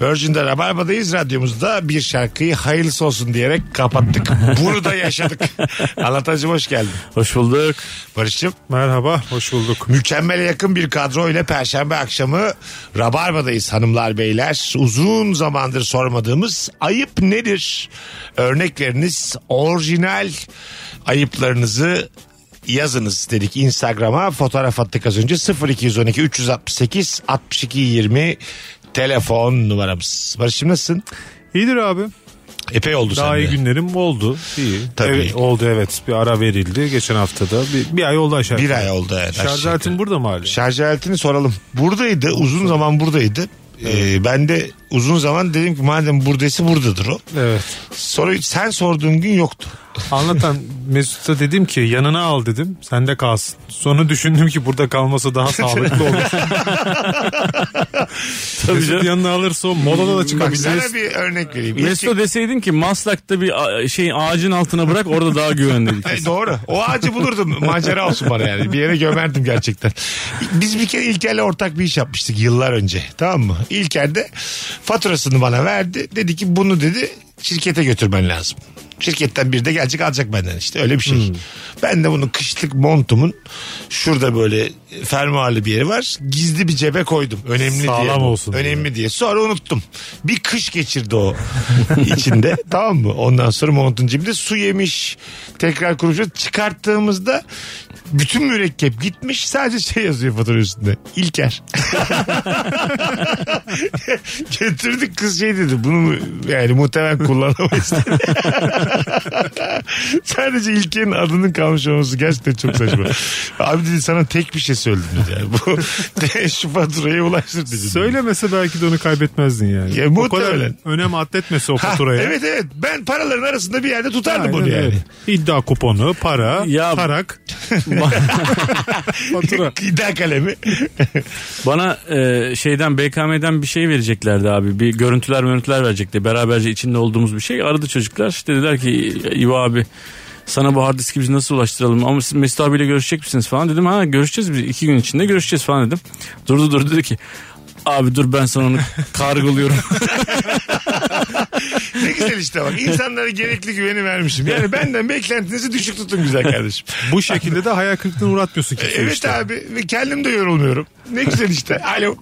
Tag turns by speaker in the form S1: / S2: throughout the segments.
S1: Virgin'de Rabarba'dayız. Radyomuzda bir şarkıyı hayırlısı olsun diyerek kapattık. Bunu da yaşadık. Anlatacım hoş geldin.
S2: Hoş bulduk.
S1: Barış'cığım
S2: Merhaba, hoş bulduk.
S1: mükemmele yakın bir kadro ile Perşembe akşamı Rabarba'dayız hanımlar beyler. Uzun zamandır sormadığımız ayıp nedir? Örnekleriniz orijinal ayıplarınızı yazınız dedik Instagram'a fotoğraf attık az önce 0212 368 62 20 telefon numaramız. Barış'ım nasılsın?
S2: İyidir abi.
S1: Epey oldu
S2: Daha
S1: sende.
S2: iyi günlerim oldu. İyi.
S1: Tabii.
S2: Evet, oldu evet. Bir ara verildi geçen haftada. Bir, bir ay oldu aşağı.
S1: Bir ay oldu evet.
S2: Şarj
S1: aşağı
S2: aletim
S1: yukarı.
S2: burada mı hala?
S1: Şarj aletini soralım. Buradaydı. Uzun zaman buradaydı. Ee, ben de uzun zaman dedim ki madem buradaysa buradadır o.
S2: Evet.
S1: Soruyu sen sorduğun gün yoktu.
S2: Anlatan Mesut'a dedim ki yanına al dedim. Sende kalsın. Sonra düşündüm ki burada kalmasa daha sağlıklı olur. Mesut yanına alırsa o molada da
S1: Bak
S2: çıkabilir.
S1: sana bir örnek vereyim.
S3: Mesut'a
S1: İlk-
S3: deseydin ki Maslak'ta bir a- şey ağacın altına bırak orada daha güvenli.
S1: Ay, doğru. O ağacı bulurdum. Macera olsun bana yani. Bir yere gömerdim gerçekten. Biz bir kere İlker'le ortak bir iş yapmıştık yıllar önce. Tamam mı? İlker de faturasını bana verdi. Dedi ki bunu dedi şirkete götürmen lazım. Şirketten biri de gelecek alacak benden işte öyle bir şey.
S2: Hmm.
S1: Ben de bunu kışlık montumun şurada böyle fermuarlı bir yeri var. Gizli bir cebe koydum. Önemli
S2: Sağlam
S1: diye.
S2: olsun diye.
S1: Önemli mi diye. Sonra unuttum. Bir kış geçirdi o içinde. tamam mı? Ondan sonra montun cebinde su yemiş. Tekrar kurumuş. Çıkarttığımızda bütün mürekkep gitmiş. Sadece şey yazıyor fatura üstünde. İlker. Getirdik kız şey dedi. Bunu mu- yani muhtemelen kullanamayız. dedi. Sadece İlker'in adının kalmış olması gerçekten çok saçma. Abi dedi sana tek bir şey söyledim dedi. Yani. Bu, şu faturayı ulaştır dedi.
S2: Söylemese belki de onu kaybetmezdin yani.
S1: Ya,
S2: o kadar
S1: muhtemelen.
S2: önem atletmese o
S1: Ha,
S2: faturaya.
S1: Evet evet. Ben paraların arasında bir yerde tutardım
S2: Aynen
S1: onu yani.
S2: öyle. İddia kuponu, para,
S3: Ya-
S2: tarak.
S3: Fatura.
S1: İddia kalemi.
S3: Bana e, şeyden BKM'den bir şey vereceklerdi abi. Bir görüntüler görüntüler verecekti. Beraberce içinde olduğumuz bir şey. Aradı çocuklar. İşte dediler ki İva abi sana bu hard diski biz nasıl ulaştıralım ama siz Mesut abiyle görüşecek misiniz falan dedim. Ha görüşeceğiz biz iki gün içinde görüşeceğiz falan dedim. Durdu durdu dedi ki abi dur ben sana onu kargılıyorum.
S1: ne güzel işte bak. İnsanlara gerekli güveni vermişim. Yani benden beklentinizi düşük tutun güzel kardeşim. E,
S2: Bu şekilde de hayal kırıklığına uğratmıyorsun kimseyi
S1: evet
S2: işte.
S1: abi. Ve kendim de yorulmuyorum. Ne güzel işte. Alo.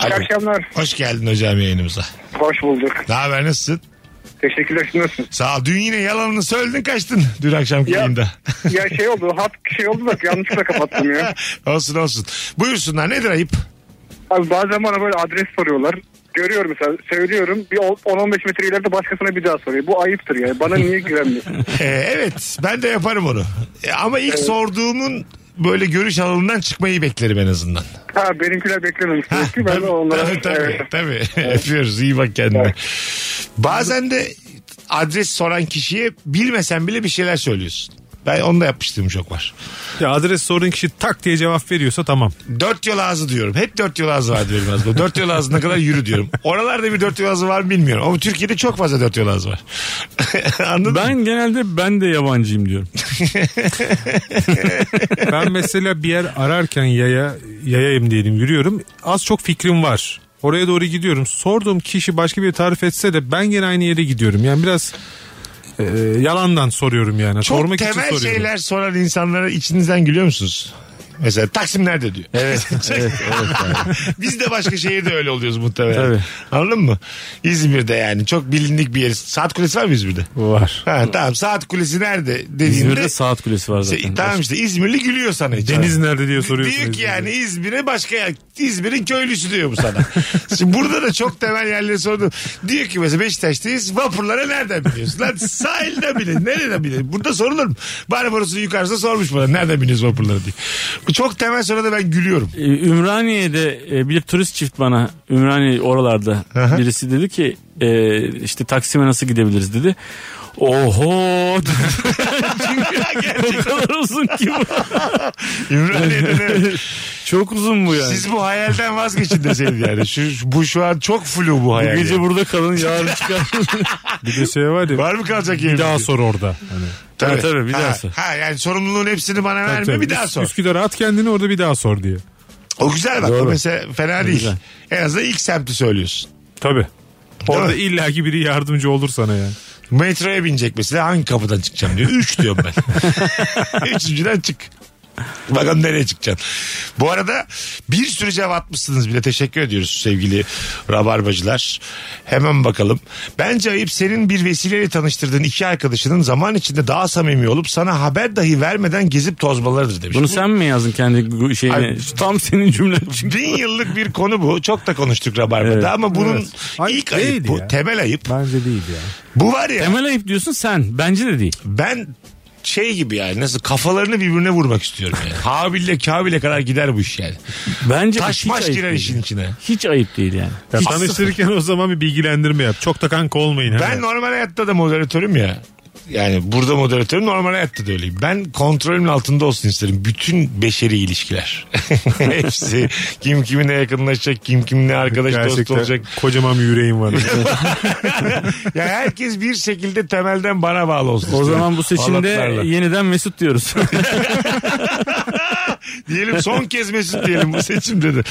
S4: İyi
S1: Alo.
S4: akşamlar.
S1: Hoş geldin hocam yayınımıza.
S4: Hoş bulduk.
S1: Ne haber nasılsın?
S4: Teşekkürler. Siz nasılsınız?
S1: Sağ ol. Dün yine yalanını söyledin kaçtın. Dün akşamki
S4: Ya.
S1: yayında.
S4: ya şey oldu. Hat şey oldu da yanlışlıkla kapattım ya.
S1: olsun olsun. Buyursunlar nedir ayıp?
S4: Abi bazen bana böyle adres soruyorlar. Görüyorum mesela söylüyorum. Bir on- 10-15 metre ileride başkasına bir daha soruyor. Bu ayıptır yani. Bana niye güvenmiyorsun?
S1: Ee, evet ben de yaparım onu. Ee, ama ilk sorduğumun böyle görüş alanından çıkmayı beklerim en azından.
S4: ha benimkiler beklememiş. demek ki. ben de onlara...
S1: tabii tabii.
S4: Evet.
S1: tabii. Öpüyoruz iyi bak kendine.
S4: Evet.
S1: Bazen de adres soran kişiye bilmesen bile bir şeyler söylüyorsun. Ben onu da yapmıştım çok var.
S2: Ya adres sorun kişi tak diye cevap veriyorsa tamam.
S1: Dört yol ağzı diyorum. Hep dört yol ağzı var diyorum aslında. Dört yol ağzına kadar yürü diyorum. Oralarda bir dört yol ağzı var mı bilmiyorum. Ama Türkiye'de çok fazla dört yol ağzı var. Anladın mı?
S3: ben genelde ben de yabancıyım diyorum.
S2: Ben mesela bir yer ararken yaya yayayım diyelim yürüyorum. Az çok fikrim var. Oraya doğru gidiyorum. Sorduğum kişi başka bir tarif etse de ben gene aynı yere gidiyorum. Yani biraz e, yalandan soruyorum yani.
S1: Çok
S2: Sormak için
S1: temel
S2: soruyorum.
S1: şeyler soran insanlara içinizden gülüyor musunuz? Mesela Taksim nerede diyor. Evet. Biz de başka şehirde öyle oluyoruz muhtemelen.
S3: Tabii.
S1: Anladın mı? İzmir'de yani çok bilindik bir yer. Saat Kulesi var mı İzmir'de?
S3: Var.
S1: Ha, tamam Saat Kulesi nerede dediğinde...
S3: İzmir'de saat kulesi var
S1: İşte,
S3: zaten.
S1: tamam işte İzmirli gülüyor sana. hiç.
S2: Deniz nerede diye soruyorsun.
S1: Diyor ki yani İzmir'e başka yer. İzmir'in köylüsü diyor bu sana. Şimdi burada da çok temel yerleri sordu. Diyor ki mesela Beşiktaş'tayız. Vapurlara nereden biniyorsun? Lan sahilde bile. Nereden bile? Burada sorulur mu? Barbaros'un yukarısında sormuş bana. Nereden biniyorsun vapurlara diye. Bu çok temel soruda ben gülüyorum.
S3: E, Ümraniye'de e, bir turist çift bana Ümraniye oralarda
S1: Aha.
S3: birisi dedi ki e, işte Taksim'e nasıl gidebiliriz dedi. Oho o
S1: Gerçekten
S3: kadar uzun ki bu.
S1: İmraniye'den evet.
S3: Çok uzun bu yani.
S1: Siz bu hayalden vazgeçin deseydi yani. Şu, bu şu an çok flu bu
S3: bu
S1: hayal.
S3: gece
S1: yani.
S3: burada kalın yarın çıkar.
S2: Bir de şey var ya.
S1: Var mı kalacak yerin?
S2: bir daha sor orada. Hani.
S3: Ha, tabii, bir
S1: ha,
S3: daha sor.
S1: Ha yani sorumluluğun hepsini bana verme
S2: Tabii.
S1: bir daha sor.
S2: Üsküdar'a at kendini orada bir daha sor diye.
S1: O güzel bak. O mesela fena değil.
S3: Güzel.
S1: En azından ilk semti söylüyorsun.
S2: Tabii. Orada
S1: mi?
S2: illaki biri yardımcı olur sana yani.
S1: Metroya binecek mesela hangi kapıdan çıkacağım diyor. Üç diyorum ben. Üçüncüden çık. Bakalım nereye çıkacaksın. Bu arada bir sürü cevap atmışsınız bile. Teşekkür ediyoruz sevgili rabarbacılar. Hemen bakalım. Bence ayıp senin bir vesileyle tanıştırdığın iki arkadaşının zaman içinde daha samimi olup sana haber dahi vermeden gezip tozmalarıdır demiş.
S3: Bunu sen mi yazdın kendi gu- şeyine?
S1: Ay-
S3: Tam senin cümlen çünkü.
S1: Bin yıllık bir konu bu. Çok da konuştuk Rabarba'da
S3: Evet.
S1: ama bunun
S2: Evet. Ayıp
S1: ilk ayıp
S2: değil
S1: bu.
S2: ya.
S1: Temel ayıp.
S2: Bence değil ya.
S1: Bu var ya
S3: Temel ayıp diyorsun sen. Bence de değil.
S1: ben şey gibi yani nasıl kafalarını birbirine vurmak istiyorum yani. Habil'le Kabil'e kadar gider bu iş yani.
S3: Bence
S1: Taş
S3: hiç
S1: maş
S3: ayıp
S1: girer
S3: değil.
S1: işin içine.
S3: Hiç ayıp değil yani.
S2: ya tanıştırırken o zaman bir bilgilendirme yap. Çok da kanka olmayın.
S1: Ben
S2: hemen.
S1: normal hayatta da moderatörüm ya. Yani burada moderatörüm normal hayatta da öyleyim. Ben kontrolümün altında olsun isterim. Bütün beşeri ilişkiler. Hepsi kim kimine yakınlaşacak, kim kimine arkadaş dost
S2: Gerçekten
S1: olacak.
S2: kocaman bir yüreğim var.
S1: Ya herkes bir şekilde temelden bana bağlı olsun.
S3: O
S1: isterim.
S3: zaman bu seçimde
S1: Halatlarla.
S3: yeniden Mesut diyoruz.
S1: diyelim son kez Mesut diyelim bu seçim dedi.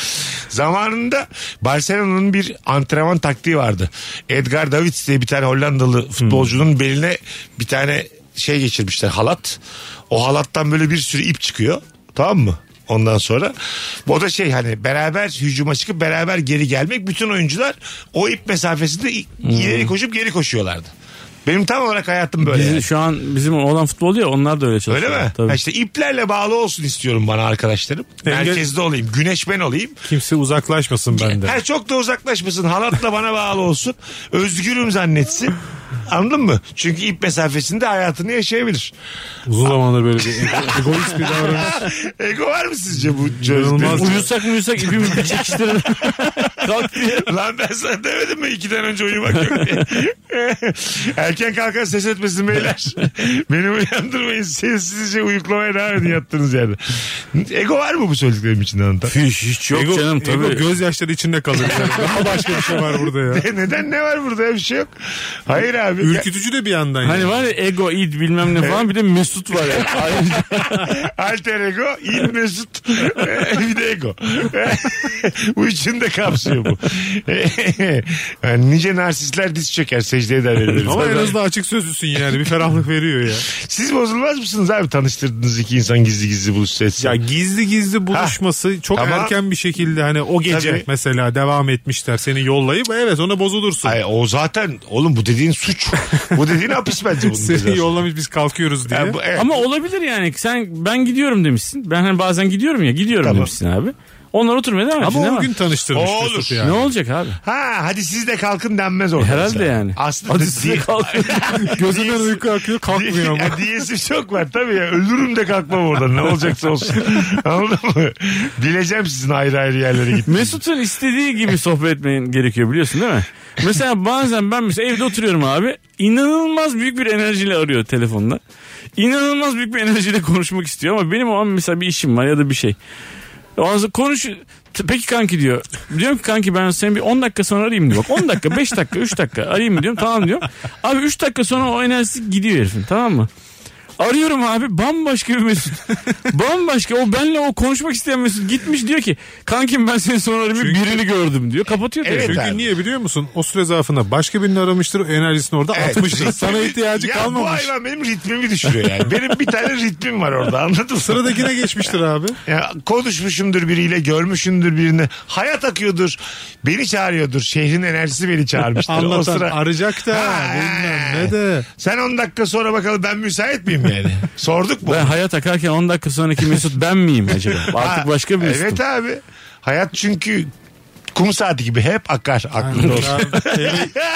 S1: Zamanında Barcelona'nın bir antrenman taktiği vardı. Edgar Davids diye bir tane Hollandalı futbolcunun beline bir tane şey geçirmişler halat. O halattan böyle bir sürü ip çıkıyor. Tamam mı? Ondan sonra o da şey hani beraber hücuma çıkıp beraber geri gelmek bütün oyuncular o ip mesafesinde i- ileri koşup geri koşuyorlardı. Benim tam olarak hayatım böyle. yani.
S3: Bizim, şu an bizim olan futbolcu ya onlar da öyle
S1: Öyle
S3: çalışıyor.
S1: mi?
S3: Tabii.
S1: Ha işte iplerle bağlı olsun istiyorum bana arkadaşlarım.
S2: Engel-
S1: Merkezde olayım. Güneş ben olayım.
S2: Kimse uzaklaşmasın benden.
S1: Her çok da uzaklaşmasın. Halatla bana bağlı olsun. Özgürüm zannetsin. Anladın mı? Çünkü ip mesafesinde hayatını yaşayabilir.
S2: Uzun zamandır böyle bir ego- egoist bir davranış.
S1: Ego var mı sizce bu
S2: İnanılmaz.
S1: çözümde?
S3: Uyusak mı uyusak ipimi bir çekiştirelim. Kalk diye.
S1: Lan ben sana demedim mi ikiden önce uyumak yok diye. Erken kalkan ses etmesin beyler. Beni uyandırmayın. Sessizce uyuklamaya devam edin yattığınız yerde. Ego var mı bu söylediklerim içinde Anlatan?
S3: Fiş hiç yok
S2: Ego,
S3: canım tabii.
S2: ego gözyaşları içinde kalır. Yani. Daha başka bir şey var burada ya.
S1: Neden ne var burada bir şey yok. Hayır abi.
S2: Ürkütücü de bir yandan.
S3: Hani
S2: yani.
S3: var ya ego, id bilmem ne falan bir de Mesut var yani. Ayrıca
S1: Alter ego, in mesut, e, bir de ego. bu üçünü de kapsıyor bu. yani nice narsistler diz çöker secde eder. birbirlerine.
S2: Ama en azından açık sözlüsün yani. Bir ferahlık veriyor ya.
S1: Siz bozulmaz mısınız abi tanıştırdığınız iki insan gizli gizli buluşsa etse?
S2: Ya gizli gizli buluşması çok
S1: tamam.
S2: erken bir şekilde hani o gece
S1: Tabii.
S2: mesela devam etmişler seni yollayıp evet ona bozulursun.
S1: Ay, o zaten oğlum bu dediğin suç. bu dediğin hapis bence bunun.
S2: Seni
S1: cezası.
S2: yollamış biz kalkıyoruz diye.
S1: Ya bu- evet.
S3: Ama olabilir yani. Sen ben gidiyorum demişsin. Ben hani bazen gidiyorum ya. Gidiyorum
S1: Tamam.
S3: demişsin abi. Onlar oturmaya devam etsin,
S2: Ama
S3: değil
S2: o
S3: mi?
S2: gün tanıştırmış
S1: O
S2: Mesut'u
S1: olur.
S3: Ne
S2: yani.
S3: olacak abi?
S1: Ha hadi siz de kalkın denmez orada.
S3: Herhalde
S1: mesela.
S3: yani.
S1: Aslında
S3: Hadi
S1: di-
S3: siz de kalkın.
S2: Gözünden uyku akıyor kalkmıyor ama.
S1: Ya diyesi çok var tabii ya. Ölürüm de kalkmam oradan ne olacaksa olsun. Anladın mı? Bileceğim sizin ayrı ayrı yerlere gitmeyi.
S3: Mesut'un istediği gibi sohbet etmeyin gerekiyor biliyorsun değil mi? Mesela bazen ben mesela evde oturuyorum abi. İnanılmaz büyük bir enerjiyle arıyor telefonla. İnanılmaz büyük bir enerjiyle konuşmak istiyor ama benim o an mesela bir işim var ya da bir şey. Bazı konuş T- peki kanki diyor. Diyorum ki kanki ben seni bir 10 dakika sonra arayayım diyor. Bak 10 dakika 5 dakika 3 dakika arayayım mı diyorum tamam diyorum. Abi 3 dakika sonra o enerjisi gidiyor herifin tamam mı? Arıyorum abi bambaşka bir Mesut. bambaşka o benle o konuşmak isteyen Mesut gitmiş diyor ki kankim ben seni sonra arayayım
S2: Çünkü-
S3: birini gördüm diyor. Kapatıyor
S1: Evet.
S3: telefonu.
S2: Çünkü
S1: abi.
S2: niye biliyor musun? O süre zarfında başka birini aramıştır, o enerjisini orada
S1: Evet.
S2: atmıştır. Sana ihtiyacı
S1: ya bu
S2: kalmamış.
S1: hayvan benim ritmimi düşürüyor yani. Benim bir tane ritmim var orada anladın mı?
S2: Sıradakine geçmiştir abi.
S1: Ya konuşmuşumdur biriyle, görmüşümdür birini. Hayat akıyordur. Beni çağırıyordur. Şehrin enerjisi beni çağırmıştır. o
S2: Anlatan
S1: sıra...
S2: arayacak da
S1: Ha.
S2: bilmem ne de.
S1: Sen 10 dakika sonra bakalım ben müsait miyim yani? Sorduk mu?
S3: Ben hayat akarken 10 dakika sonraki Mesut ben miyim acaba? Artık
S1: Ha,
S3: başka bir Mesut'um.
S1: Evet abi. Hayat çünkü kum saati gibi hep akar aklında olsun.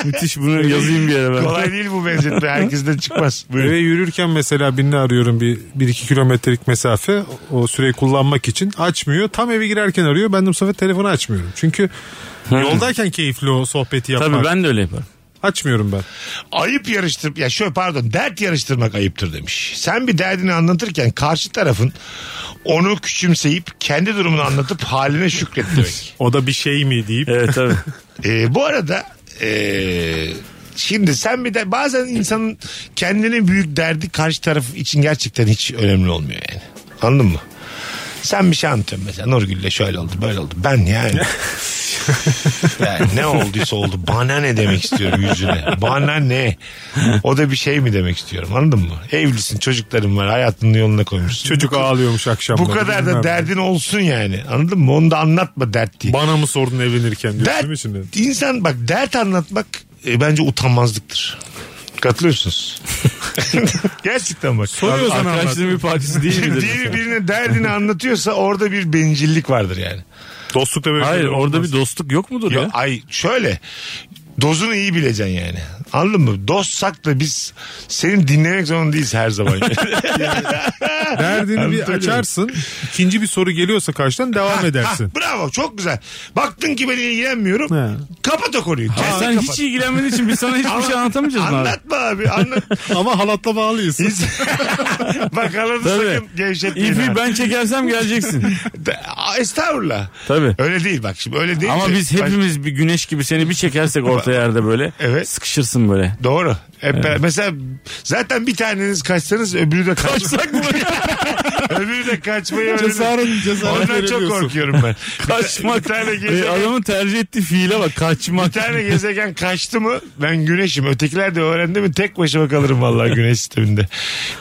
S3: Müthiş bunu yazayım bir yere ben.
S1: Kolay değil bu benzetme. Herkesten çıkmaz. Buyurun.
S2: Eve yürürken mesela birini arıyorum bir, bir iki kilometrelik mesafe o süreyi kullanmak için açmıyor. Tam eve girerken arıyor ben de bu sefer telefonu açmıyorum. Çünkü yoldayken keyifli o sohbeti yapmak.
S3: Tabii ben de öyle yaparım.
S2: Açmıyorum ben.
S1: ayıp yarıştır ya şöyle pardon dert yarıştırmak ayıptır demiş. Sen bir derdini anlatırken karşı tarafın onu küçümseyip kendi durumunu anlatıp haline şükret demek.
S2: O da bir şey mi deyip.
S3: Evet tabii.
S1: Ee, bu arada ee, şimdi sen bir de bazen insanın kendine büyük derdi karşı taraf için gerçekten hiç önemli olmuyor yani. Anladın mı? Sen bir şey anlatıyorsun mesela Nurgül'le şöyle oldu böyle oldu. Ben yani Yani ne olduysa oldu. Bana ne demek istiyorum yüzüne. Bana ne? O da bir şey mi demek istiyorum anladın mı? Evlisin çocukların var hayatının yoluna koymuşsun.
S2: Çocuk ağlıyormuş akşamları.
S1: Bu kadar
S2: bilmem.
S1: da derdin olsun yani anladın mı? Onu da anlatma dert diye.
S2: Bana mı sordun evlenirken diyorsun değil mi
S1: Dert,
S2: şimdi?
S1: insan bak dert anlatmak e, bence utanmazlıktır. Katılıyorsunuz. Gerçekten bak.
S2: Soruyorsan anlat.
S3: Arkadaşlığın bir parçası değil midir?
S1: Diğer birine derdini anlatıyorsa orada bir bencillik vardır yani.
S2: Dostlukta böyle
S3: Hayır
S2: şeyler
S3: orada
S2: olmaz.
S3: bir dostluk yok mudur
S1: Ya,
S3: ya?
S1: ay şöyle dozunu iyi bileceksin yani. Anladın mı? Dostsak da biz senin dinlemek zorunda değiliz her zaman.
S2: Derdini bir
S1: Anlatabiliyor
S2: açarsın. ikinci bir soru geliyorsa karşıdan devam edersin.
S1: Ah, bravo çok güzel. Baktın ki ben ilgilenmiyorum.
S2: He.
S1: Kapat o konuyu.
S3: Ya
S1: Kesin
S3: sen
S1: kapat.
S3: hiç ilgilenmediğin için biz sana hiçbir şey anlatamayacağız mı abi?
S1: Anlatma abi. Anlat.
S2: Ama halatla bağlıyız.
S1: Biz- Bak alanı
S3: Tabii.
S1: sakın gevşetmeyin.
S3: İpi
S1: ha.
S3: ben çekersem geleceksin.
S1: De- Aa, Estağfurullah.
S3: Tabii.
S1: Öyle değil bak şimdi öyle değil.
S3: Ama
S1: de-
S3: biz
S1: Bak-
S3: hepimiz bir güneş gibi seni bir çekersek orta yerde böyle
S1: Evet.
S3: sıkışırsın böyle.
S1: Doğru. Hep beraber- Mesela zaten bir taneniz kaçsanız öbürü de kaç.
S3: Kaçsak mı?
S1: öbürü de kaçmayı öğrenir.
S2: Cesaret- cesaret
S1: Ondan çok
S2: veriyorsun.
S1: korkuyorum ben.
S3: Kaçmak.
S1: Bir tane
S3: E,
S1: gezegen,
S3: Ee, adamın tercih ettiği fiile bak
S1: bir
S3: kaçmak.
S1: tane gezegen kaçtı mı ben güneşim. Ötekiler de öğrendi mi tek başıma kalırım vallahi güneş sisteminde.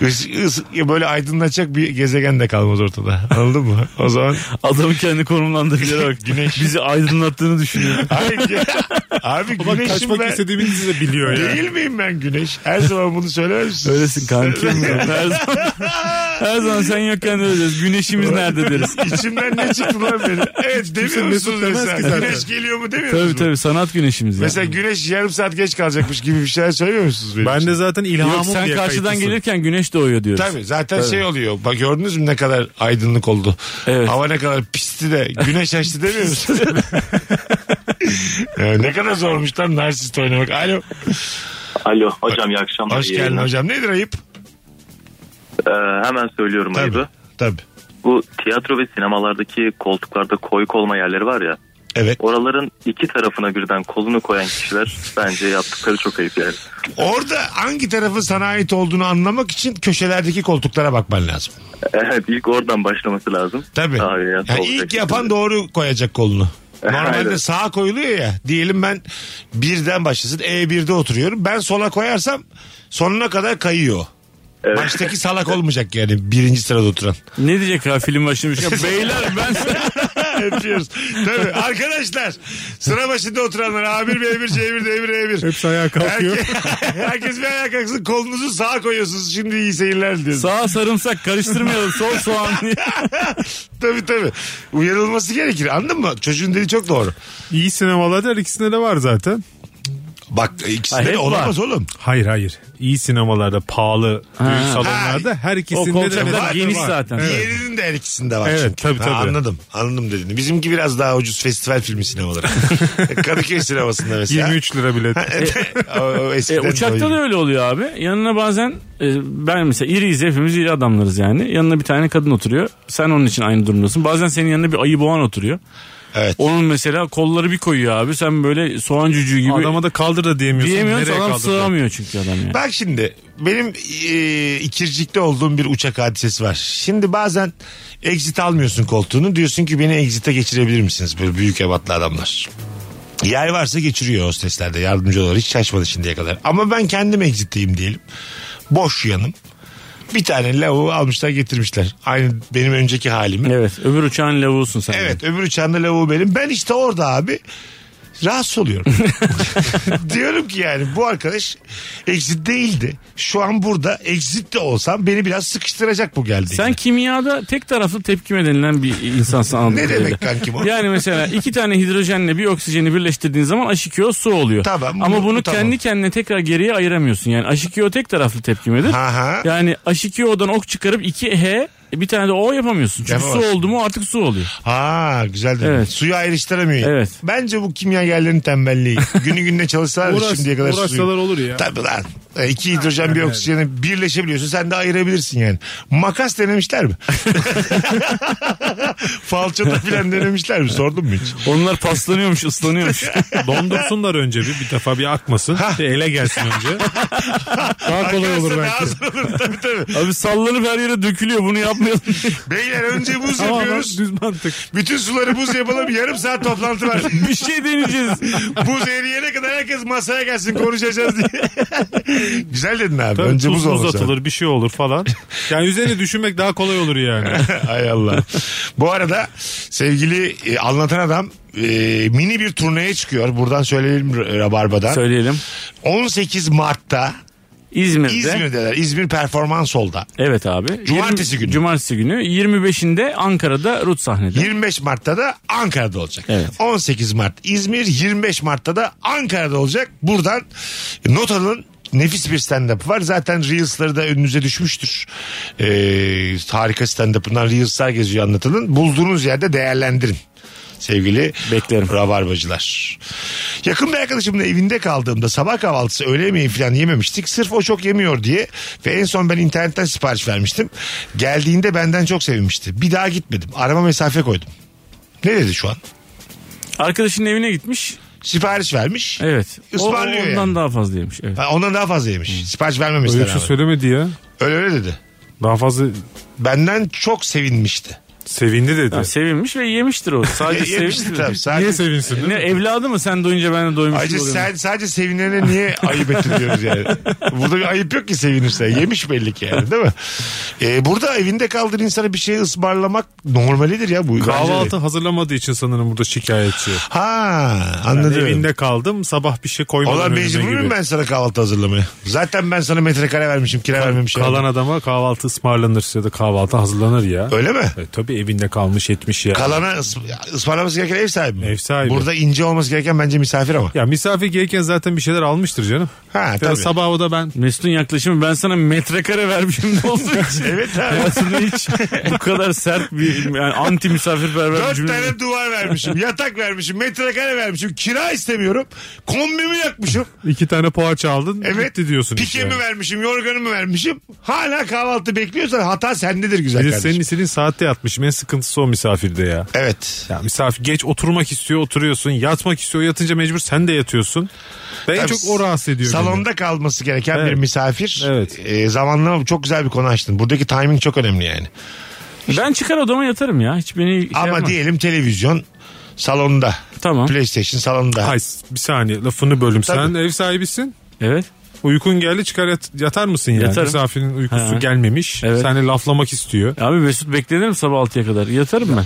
S1: Is- is- böyle aydınlatacak bir gezegen de kalmaz ortada. Anladın mı? O zaman
S3: Adamın kendi konumlandırıcılara bak.
S1: Güneş.
S3: Bizi aydınlattığını düşünüyor.
S1: Ay, ge- abi
S2: Ama
S1: güneşim
S2: kaçmak
S1: ben.
S2: istediğimizi de biliyor ya.
S1: Değil miyim ben güneş? Her zaman bunu söyler misin?
S3: Öylesin kankim. ya. Her zaman, her zaman sen yokken öyle deriz. Güneşimiz nerede deriz.
S1: İçimden ne çıktı lan benim? Evet demiyor musunuz
S2: mesut demez ki
S1: mesela?
S2: zaten.
S1: Güneş geliyor mu demiyor
S3: Tabii
S1: musunuz?
S3: tabii sanat güneşimiz ya.
S1: Mesela güneş yarım saat geç kalacakmış gibi bir şeyler söylüyor musunuz benim
S2: Ben
S1: için?
S2: de zaten ilhamım
S3: Yok sen
S2: diye
S3: karşıdan
S2: kayıtlısın.
S3: gelirken güneş doğuyor diyoruz.
S1: Tabii zaten şey oluyor. Bak gördünüz mü ne kadar aydınlık oldu.
S3: Evet.
S1: Hava ne kadar pisti de güneş açtı demiyor musunuz? Ya ne kadar zormuş lan narsist oynamak. Alo.
S5: Alo hocam iyi akşamlar.
S1: Hoş
S5: iyi
S1: geldin
S5: yayınlar.
S1: hocam. Nedir ayıp?
S5: Ee, hemen söylüyorum
S1: Tabii.
S5: ayıbı.
S1: Tabii.
S5: Bu tiyatro ve sinemalardaki koltuklarda koy kolma yerleri var ya.
S1: Evet.
S5: Oraların iki tarafına birden kolunu koyan kişiler bence yaptıkları çok ayıp yani.
S1: Orada hangi tarafın sana ait olduğunu anlamak için köşelerdeki koltuklara bakman lazım.
S5: Evet ilk oradan başlaması lazım.
S1: Tabii.
S5: Abi, ya,
S1: Yani
S5: olacak
S1: ilk
S5: işte.
S1: yapan doğru koyacak kolunu. Normalde
S5: Aynen.
S1: sağa koyuluyor ya. Diyelim ben birden başlasın. E1'de oturuyorum. Ben sola koyarsam sonuna kadar kayıyor.
S5: Evet.
S1: Baştaki salak olmayacak yani birinci sırada oturan.
S3: Ne diyecek ha film başlamış. Ya beyler ben
S1: Öpüyoruz. Tabii arkadaşlar sıra başında oturanlar A1, B1, C1, D1, E1.
S2: Hepsi ayağa kalkıyor.
S1: E Herke- herkes bir ayağa kalksın kolunuzu sağa koyuyorsunuz. Şimdi iyi seyirler diyoruz.
S3: sağa sarımsak karıştırmayalım sol soğan diye.
S1: tabii tabii. Uyarılması gerekir anladın mı? Çocuğun dediği çok doğru.
S2: İyi sinemalarda her ikisinde de var zaten.
S1: Bak ikisinde
S3: hep
S1: de
S3: var.
S1: olamaz oğlum.
S2: Hayır hayır. İyi sinemalarda pahalı büyük
S1: Ha.
S2: salonlarda her
S3: O
S2: ikisinde de
S3: konseptler
S2: var.
S3: geniş
S2: Var.
S3: zaten. E,
S1: Diğerinin de her ikisinde var
S2: Evet,
S1: çünkü.
S2: tabii, tabii.
S1: anladım. Anladım dediğini. Bizimki biraz daha ucuz festival filmi sinemaları. Kadıköy sinemasında mesela.
S2: 23 lira bilet.
S1: o, o
S3: E,
S1: eskiden
S3: uçakta da
S1: doyuyor.
S3: öyle oluyor abi. Yanına bazen e, ben mesela iriyiz hepimiz iri adamlarız yani. Yanına bir tane kadın oturuyor. Sen onun için aynı durumdasın. Bazen senin yanına bir ayı boğan oturuyor.
S1: Evet.
S3: Onun mesela kolları bir koyuyor abi. Sen böyle soğan cücüğü gibi
S2: Adama da kaldır da diyemiyorsun.
S3: diyemiyorsun.
S2: Nereye
S3: Adam
S2: kaldır da?
S3: sığamıyor çünkü adam yani.
S1: Bak şimdi benim e, ikircikte olduğum bir uçak hadisesi var. Şimdi bazen exit almıyorsun koltuğunu. Diyorsun ki beni exit'e geçirebilir misiniz? Böyle büyük ebatlı adamlar. Yer varsa geçiriyor hostesler de yardımcı olarak. Hiç şaşmadı şimdiye kadar. Ama ben kendim exit'teyim diyelim. Boş yanım. Bir tane lavuğu almışlar getirmişler. Aynı benim önceki halimi.
S3: Evet öbür uçağın lavuğusun sen.
S1: Evet öbür uçağında lavuğu benim. Ben işte orada abi rahatsız oluyorum. Diyorum ki yani bu arkadaş exit değildi. Şu an burada exit de olsam beni biraz sıkıştıracak bu geldi.
S3: Sen kimyada tek taraflı tepkime denilen bir insansın anladığım
S1: Ne
S3: kadarıyla.
S1: demek kankim o?
S3: Yani mesela iki tane hidrojenle bir oksijeni birleştirdiğin zaman H2O su oluyor.
S1: Tamam,
S3: Ama
S1: bu-
S3: bunu
S1: tamam.
S3: kendi kendine tekrar geriye ayıramıyorsun. Yani H2O tek taraflı tepkimedir.
S1: Ha ha.
S3: Yani H2O'dan ok çıkarıp 2H E, bir tane de o yapamıyorsun. Çünkü
S1: Yapamazsın.
S3: su oldu mu artık su oluyor.
S1: Ha güzel dedin.
S3: Evet.
S1: Suyu ayrıştıramıyor.
S3: Evet.
S1: Bence bu kimyagerlerin tembelliği. Günü gününe çalışsalar
S2: Uğraş-
S1: şimdiye kadar
S2: uğraşsalar
S1: suyu-
S2: olur ya.
S1: Tabii lan. E, İki hidrojen bir oksijeni birleşebiliyorsun. Sen de ayırabilirsin yani. Makas denemişler mi? Falçata falan denemişler mi? Sordun mu hiç?
S3: Onlar paslanıyormuş ıslanıyormuş.
S2: Dondursunlar önce bir, bir defa bir akmasın. Bir ele gelsin önce. Daha kolay olur
S1: Arkadaşlar,
S2: belki.
S1: ağzına vurun. tabii tabii.
S3: Abi sallanıp her yere dökülüyor bunu yapmayalım.
S1: Beyler önce buz
S2: Ama bak,
S1: yapıyoruz.
S2: düz mantık.
S1: Bütün suları buz yapalım. Yarım saat toplantı var.
S3: bir şey deneyeceğiz.
S1: buz eriyene kadar herkes masaya gelsin konuşacağız diye. güzel dedin abi.
S2: Tabii
S1: önce buz
S2: tuz muz
S1: olması. lazım.
S2: atılır bir şey olur falan. Yani üzerine düşünmek daha kolay olur yani.
S1: Hay Allah. Bu arada sevgili e, anlatan adam e, mini bir turneye çıkıyor. Buradan söyleyelim R- Rabarba'dan.
S3: Söyleyelim.
S1: 18 Mart'ta
S3: İzmir'de.
S1: İzmir'deler. İzmir Performans Hall'da.
S3: Evet abi.
S1: Cumartesi günü.
S3: Cumartesi günü. 25'inde Ankara'da Rut sahnede.
S1: 25 Mart'ta da Ankara'da olacak.
S3: Evet.
S1: 18 Mart İzmir, 25 Mart'ta da Ankara'da olacak. Buradan not alın. Nefis bir stand-up var. Zaten Reels'ları da önünüze düşmüştür. Ee, harika stand-up'ından Reels'lar geziyor anlatılın. Bulduğunuz yerde değerlendirin. Sevgili
S3: Beklerim.
S1: rabarbacılar. Yakın bir arkadaşımın evinde kaldığımda sabah kahvaltısı öğle yemeği falan yememiştik. Sırf o çok yemiyor diye ve en son ben internetten sipariş vermiştim. Geldiğinde benden çok sevinmişti. Bir daha gitmedim. Arama mesafe koydum. Ne dedi şu an?
S3: Arkadaşının evine gitmiş.
S1: Sipariş vermiş.
S3: Evet. O,
S1: Ismarlıyor
S3: ondan
S1: yani.
S3: daha fazla yemiş. Evet.
S1: Ha, Ondan daha fazla yemiş. Sipariş vermemesi
S2: Öyle
S1: öyle,
S2: bir şey söylemedi ya.
S1: öyle öyle dedi.
S2: Daha fazla
S1: Benden çok sevinmişti.
S2: sevindi dedi.
S3: Ha, sevinmiş ve yemiştir o. Sadece
S1: Yemişti
S3: sevinmiş.
S1: tabii. Sadece,
S2: Niye sevinsin? değil
S3: Ne
S2: mi?
S3: evladı mı sen doyunca ben de doymuş
S1: Ayrıca
S3: oluyorum.
S1: sen, sadece sevinene niye ayıp ettiriyoruz yani? Burada bir ayıp yok ki sevinirse. Yemiş belli ki yani değil mi? Ee, burada evinde kaldır insana bir şey ısmarlamak normalidir ya bu. Bence de.
S2: Kahvaltı hazırlamadığı için sanırım burada şikayetçi.
S1: Ha
S2: Ben
S1: anladım.
S2: evinde kaldım sabah bir şey koymadım
S1: Olan
S2: önüme
S1: mecbur muyum
S2: gibi.
S1: ben sana kahvaltı hazırlamaya? Zaten ben sana metrekare vermişim, kira vermemişim.
S2: Kalan adama kahvaltı ısmarlanır ya da kahvaltı hazırlanır ya.
S1: Öyle mi?
S2: E, tabii evinde kalmış etmiş ya.
S1: Kalana ıs- ısmarlaması gereken ev sahibi mi?
S2: Ev sahibi.
S1: Burada ince olması gereken bence misafir ama.
S2: ya misafir gelirken zaten bir şeyler almıştır canım.
S1: Ha
S2: Ya
S1: tabii.
S2: sabah o da ben
S3: Mesut'un yaklaşımı ben sana metrekare vermişim de olsun.
S1: Evet abi.
S3: Hayatımda hiç bu kadar sert bir yani anti misafirperver bir
S1: Dört
S3: cümle.
S1: tane duvar vermişim, yatak vermişim, metrekare vermişim, kira istemiyorum, kombimi yakmışım.
S2: iki tane poğaça aldın
S1: Evet.
S2: gitti diyorsun.
S1: Pikemi
S2: işte yani.
S1: vermişim, yorganımı vermişim. Hala kahvaltı bekliyorsan hata sendedir güzel
S2: Bir de
S1: kardeşim.
S2: senin istediğin saatte yatmışım. En sıkıntısı o misafirde ya.
S1: Evet.
S2: Ya misafir geç oturmak istiyor oturuyorsun. Yatmak istiyor yatınca mecbur sen de yatıyorsun. Ben en
S1: Tabii
S2: çok o rahatsız ediyor. beni.
S1: Salonda kalması gereken bir misafir.
S2: Evet.
S1: E, zamanlama çok güzel bir konu açtın. Buradaki timing çok önemli yani.
S3: Ben çıkar odama yatarım ya. Hiç beni şey
S1: Ama
S3: yapma.
S1: diyelim televizyon salonda.
S3: Tamam.
S1: PlayStation salonda.
S2: Hay bir saniye lafını bölüm.
S1: Tabii.
S2: Sen ev sahibisin.
S3: Evet.
S2: Uykun geldi çıkar yat- yatar mısın yani?
S3: Yatarım.
S2: Misafirin uykusu
S3: Ha.
S2: gelmemiş.
S3: Evet.
S2: Seni laflamak istiyor.
S3: Abi Mesut beklenirim sabah 6'ya kadar. Yatarım ben.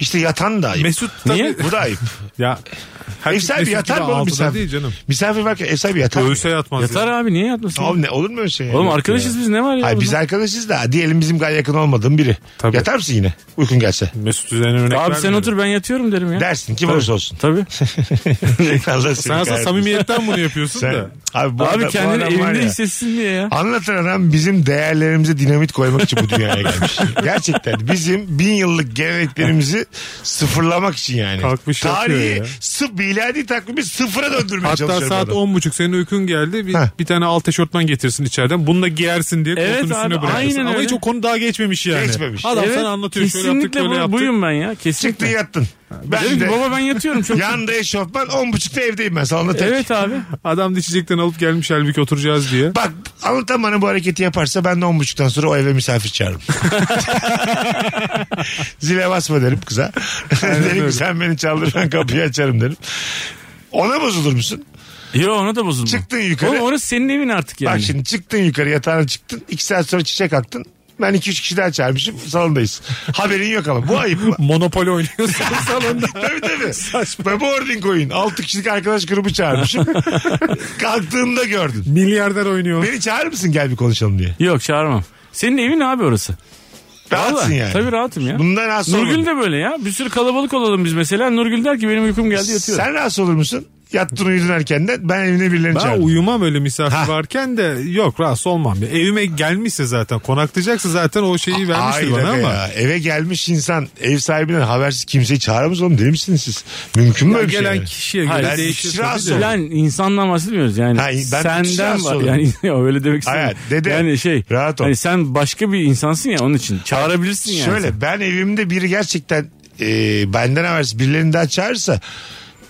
S1: İşte yatan da ayıp.
S2: Mesut tabii.
S3: Niye?
S1: Bu da ayıp.
S2: Ya,
S1: ev
S2: herkes
S1: sahibi
S2: Mesut
S1: yatar
S2: gibi
S1: mı oğlum
S2: altıda
S1: misafir?
S2: Değil canım.
S1: Misafir varken ev sahibi yatar mı?
S2: Dövse yatmaz.
S3: Yatar
S2: ya.
S3: abi niye yatmasın?
S1: Oğlum ne olur mu öyle şey? ya?
S3: Oğlum
S1: Yok
S3: arkadaşız biz ne var ya?
S1: Hayır biz
S3: bunda?
S1: arkadaşız da diyelim bizim gayet yakın olmadığın biri.
S2: Tabii.
S1: Yatar mısın yine uykun gelse?
S2: Mesut üzerine örnek
S3: Abi sen
S2: vermiyorum.
S3: otur ben yatıyorum derim ya.
S1: Dersin kim olursa olsun.
S3: Tabii.
S1: Allah seni
S2: Sen aslında
S1: kahretsin.
S2: samimiyetten bunu yapıyorsun
S1: Sen-
S2: da.
S1: Abi, bu adam-
S3: Abi
S1: bu
S3: kendini
S1: adam var
S3: evinde
S1: ya.
S3: hissetsin diye ya.
S1: Anlatan adam bizim değerlerimize dinamit koymak için bu dünyaya gelmiş. Gerçekten bizim bin yıllık geleneklerimizi sıfırlamak için yani.
S2: Kalkmış
S1: Tarihi
S2: yapıyor ya.
S1: sıf miladi takvimi sıfıra döndürmeye
S2: Hatta
S1: çalışıyorum.
S2: saat
S1: adam.
S2: on buçuk senin uykun geldi. Bir,
S1: Heh.
S2: bir tane alt eşortman getirsin içeriden. Bunu da giyersin diye
S3: Evet
S2: koltuğun üstüne
S3: abi,
S2: bırakırsın.
S3: aynen
S2: Ama
S3: öyle.
S2: hiç o konu daha geçmemiş yani.
S1: Geçmemiş.
S2: Adam
S3: Evet,
S2: sana anlatıyor. Şöyle yaptık
S3: Kesinlikle
S2: böyle
S3: bu-
S2: yaptık.
S3: buyum ben ya.
S1: Çıktın
S3: Kesinlikle.
S1: yattın. Ben
S3: Dedim ki
S1: de
S3: baba ben yatıyorum çok.
S1: yanda eşofman on buçukta evdeyim ben salonda tek.
S3: evet abi.
S2: Adam da içecekten alıp gelmiş halbuki oturacağız diye.
S1: Bak anlatan bana bu hareketi yaparsa ben de on buçuktan sonra o eve misafir çağırırım. Zile basma derim kıza. derim
S2: öyle.
S1: ki sen beni çaldır ben kapıyı açarım derim. Ona bozulur musun?
S3: Yo ona da bozulma.
S1: Çıktın yukarı.
S3: Oğlum orası senin evin artık yani.
S1: Bak şimdi çıktın yukarı yatağına çıktın. iki saat sonra çiçek aktın. Ben iki üç kişi daha çağırmışım. Salondayız. Haberin yok ama. Bu ayıp mı?
S2: Monopoli oynuyorsun salonda.
S1: tabii tabii. Ben bu ording oyun. Altı kişilik arkadaş grubu çağırmışım. Kalktığımda gördün.
S2: Milyarder oynuyor.
S1: Beni çağırır mısın gel bir konuşalım diye.
S3: Yok çağırmam. Senin evin abi orası.
S1: Rahatsın
S3: Vallahi,
S1: yani.
S3: Tabii rahatım ya.
S1: Bundan rahatsız
S3: Nurgül
S1: olmadım.
S3: de böyle ya. Bir sürü kalabalık olalım biz mesela. Nurgül der ki benim uykum geldi yatıyorum.
S1: Sen rahatsız olur musun? Yattın uyudun erkenden. Ben evine birilerini
S2: Ben
S1: çağırdım.
S2: uyumam öyle misafir
S1: Ha.
S2: varken de yok rahatsız olmam. Ya. Evime gelmişse zaten konaklayacaksa zaten o şeyi vermiştir
S1: Ay
S2: bana
S1: dakika
S2: ama.
S1: ya. Eve gelmiş insan ev sahibinden habersiz kimseyi çağıramaz oğlum deli misiniz siz? Mümkün mü
S2: Ya
S1: öyle bir şey?
S2: gelen
S1: yani?
S2: kişiye
S3: Hayır,
S2: göre
S3: ben
S2: değişir. tabii
S1: rahatsız
S2: de.
S1: olurum.
S3: Yani insandan bahsetmiyoruz yani.
S1: Ha, ben
S3: Senden
S1: rahatsız
S3: var
S1: olurum.
S3: yani ya öyle demek istemiyorum.
S1: Hayır, dede,
S3: yani şey
S1: rahat ol.
S3: Hani sen başka bir insansın ya onun için çağırabilirsin yani.
S1: Şöyle ben evimde biri gerçekten e, benden habersiz birilerini daha çağırırsa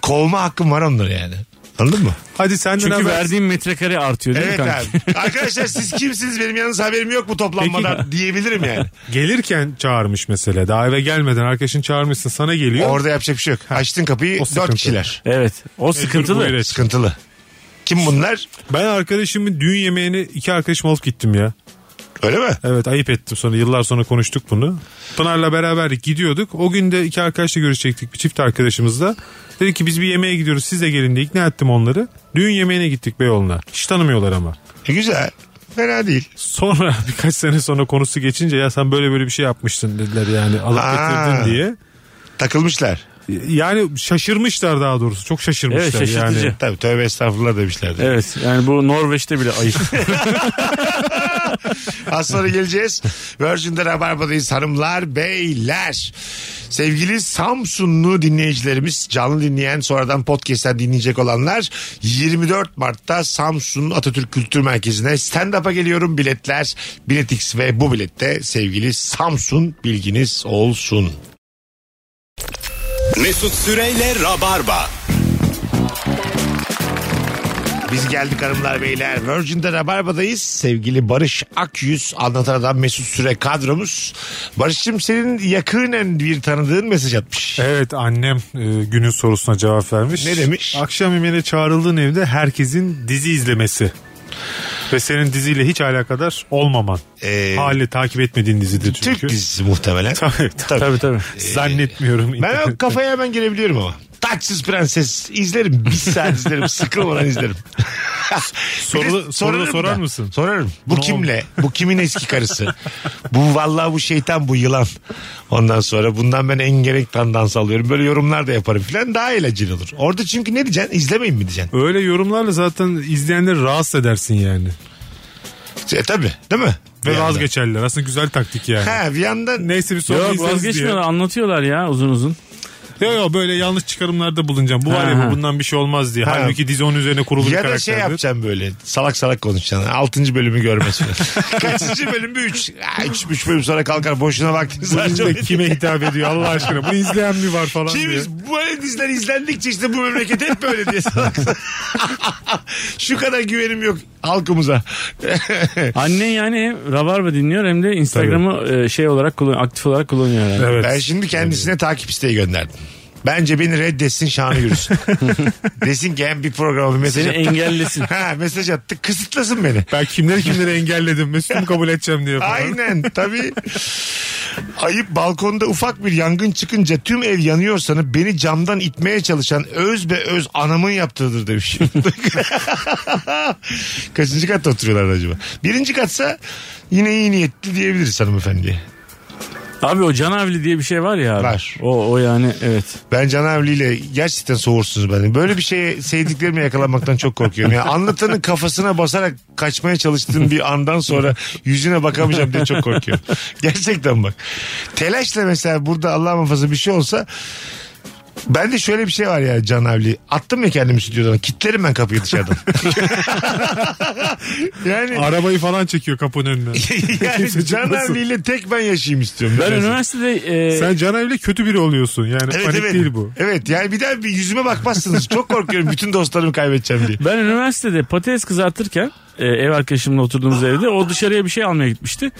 S1: kovma hakkım var onları yani. Anladın mı?
S2: Hadi senden
S3: Çünkü
S2: haber.
S3: verdiğin metrekare artıyor değil
S1: Evet
S3: mi kanka?
S1: abi. Arkadaşlar siz kimsiniz benim yalnız haberim yok bu toplanmadan diyebilirim yani.
S2: Gelirken çağırmış mesela. Daha eve gelmeden arkadaşın çağırmışsın sana geliyor.
S1: Orada yapacak bir şey yok. Açtın kapıyı
S2: O
S1: dört
S2: sıkıntı.
S1: kişiler.
S3: Evet. O sıkıntılı.
S2: buyur et.
S1: Sıkıntılı. Kim bunlar?
S2: Ben arkadaşımın düğün yemeğini iki arkadaşım alıp gittim ya.
S1: Öyle mi?
S2: Evet ayıp ettim sonra yıllar sonra konuştuk bunu. Pınar'la beraber gidiyorduk. O gün de iki arkadaşla görüşecektik bir çift arkadaşımızla. Dedi ki biz bir yemeğe gidiyoruz siz de gelin diye ikna ettim onları. Düğün yemeğine gittik Beyoğlu'na. Hiç tanımıyorlar ama.
S1: E, güzel. Fena değil.
S2: Sonra birkaç sene sonra konusu geçince ya sen böyle böyle bir şey yapmıştın dediler yani alıp
S1: Aa.
S2: getirdin diye.
S1: Takılmışlar.
S2: Yani şaşırmışlar daha doğrusu. Çok şaşırmışlar
S3: Evet, şaşırtıcı.
S2: yani.
S1: Tabii tövbe estağfurullah demişlerdi.
S3: Evet yani bu Norveç'te bile ayıp.
S1: Az sonra geleceğiz. Virgin'de Rabarba'dayız hanımlar beyler. Sevgili Samsunlu dinleyicilerimiz canlı dinleyen sonradan podcast'ten dinleyecek olanlar 24 Mart'ta Samsun Atatürk Kültür Merkezi'ne stand-up'a geliyorum biletler biletix ve bu bilette sevgili Samsun bilginiz olsun.
S6: Mesut Süreyle Rabarba.
S1: Biz geldik hanımlar beyler. Virgin'de Rabarba'dayız. Sevgili Barış Akyüz anlatan adam Mesut Süre kadromuz. Barış'cığım senin yakınen bir tanıdığın mesaj atmış.
S2: Evet annem e, günün sorusuna cevap vermiş.
S1: Ne demiş?
S2: Akşam yemeğine çağrıldığın evde herkesin dizi izlemesi. Ve senin diziyle hiç alakadar olmaman.
S1: Ee,
S2: Hali takip etmediğin dizidir çünkü.
S1: Türk dizisi muhtemelen.
S2: Tabii,
S1: Tabii.
S3: tabii tabii.
S2: Zannetmiyorum.
S1: Ben o
S2: internette.
S1: kafaya hemen girebiliyorum ama. Taçsız Prenses izlerim. Bir saat izlerim. Sıkılmadan izlerim.
S2: Soru-
S1: Bir de
S2: soru da
S1: sorarım
S2: sorar
S1: da.
S2: mısın?
S1: Sorarım. Bu
S2: Ne
S1: kimle? Bu kimin eski karısı? bu vallahi bu şeytan bu yılan. Ondan sonra bundan ben engerek tandans alıyorum. Böyle yorumlar da yaparım filan daha eğlenceli olur. Orada çünkü ne diyeceksin? İzlemeyin mi diyeceksin?
S2: Öyle yorumlarla zaten izleyenleri rahatsız edersin yani.
S1: E, tabii değil mi? Bir
S2: Ve
S1: yandan.
S2: vazgeçerler. Aslında güzel taktik yani.
S1: Ha bir yandan
S2: Neyse bir soru
S3: Yok
S2: izleriz
S3: vazgeçmiyorlar anlatıyorlar ya uzun uzun.
S2: diye. Yok yok böyle yanlış çıkarımlarda bulunacağım. Bu var ya
S3: Ha.
S2: bu bundan bir şey olmaz diye.
S1: Ha.
S2: Halbuki dizi onun üzerine kurulu bir
S1: ya da
S2: karakterdir.
S1: şey yapacağım böyle salak salak konuşacaksın. Altıncı bölümü görmez falan. Kaçıncı bölümü? Üç. Ha, üç, üç bölüm sonra kalkar boşuna vaktiniz
S2: Bu dizi de
S1: harcamayın.
S2: kime hitap ediyor Allah aşkına? Bunu izleyen mi var falan diye.
S1: Kimiz? Böyle diziler izlendikçe işte bu memleket hep böyle diye salak. Şu kadar güvenim yok halkımıza.
S3: Annen yani hem Rabarba dinliyor hem de Instagram'ı e, şey olarak kullanıyor, aktif olarak kullanıyor herhalde.
S2: Evet.
S1: ben şimdi kendisine takip isteği gönderdim. Bence beni reddetsin şanı yürüsün. Desin ki hem bir programa bir mesaj
S3: Seni
S1: attı.
S3: engellesin.
S1: Ha, mesaj attı kısıtlasın beni.
S2: Ben kimleri kimleri engelledim. Mesut'u kabul edeceğim diye. falan.
S1: Aynen tabii. Ayıp balkonda ufak bir yangın çıkınca tüm ev yanıyorsanı beni camdan itmeye çalışan öz be öz anamın yaptığıdır demiş. Kaçıncı katta oturuyorlar acaba? Birinci katsa yine iyi niyetli diyebiliriz hanımefendiye.
S3: Abi o canavli diye bir şey var ya abi.
S1: Var.
S3: O, o yani evet.
S1: Ben Can Avli'yle gerçekten soğursunuz beni. Böyle bir şeye sevdiklerimi yakalanmaktan çok korkuyorum. Yani anlatanın kafasına basarak kaçmaya çalıştığım bir andan sonra yüzüne bakamayacağım diye çok korkuyorum. Gerçekten bak. Telaşla mesela burada Allah muhafaza bir şey olsa ben de şöyle bir şey var ya Can Avli. Attım ya kendimi stüdyodan. Kitlerim ben kapıyı dışarıdan. yani
S2: Arabayı falan çekiyor kapının önüne.
S1: yani
S2: Kimse
S1: Can
S2: çıkmasın.
S1: Avli'yle tek ben yaşayayım istiyorum.
S3: Ben
S1: Mesela.
S3: üniversitede e,
S2: Sen Can Evli'yle kötü biri oluyorsun. Yani panik değil bu.
S1: Evet yani bir daha bir yüzüme bakmazsınız. Çok korkuyorum bütün dostlarımı kaybedeceğim diye.
S3: ben üniversitede patates kızartırken e, ev arkadaşımla oturduğumuz evde o dışarıya bir şey almaya gitmişti.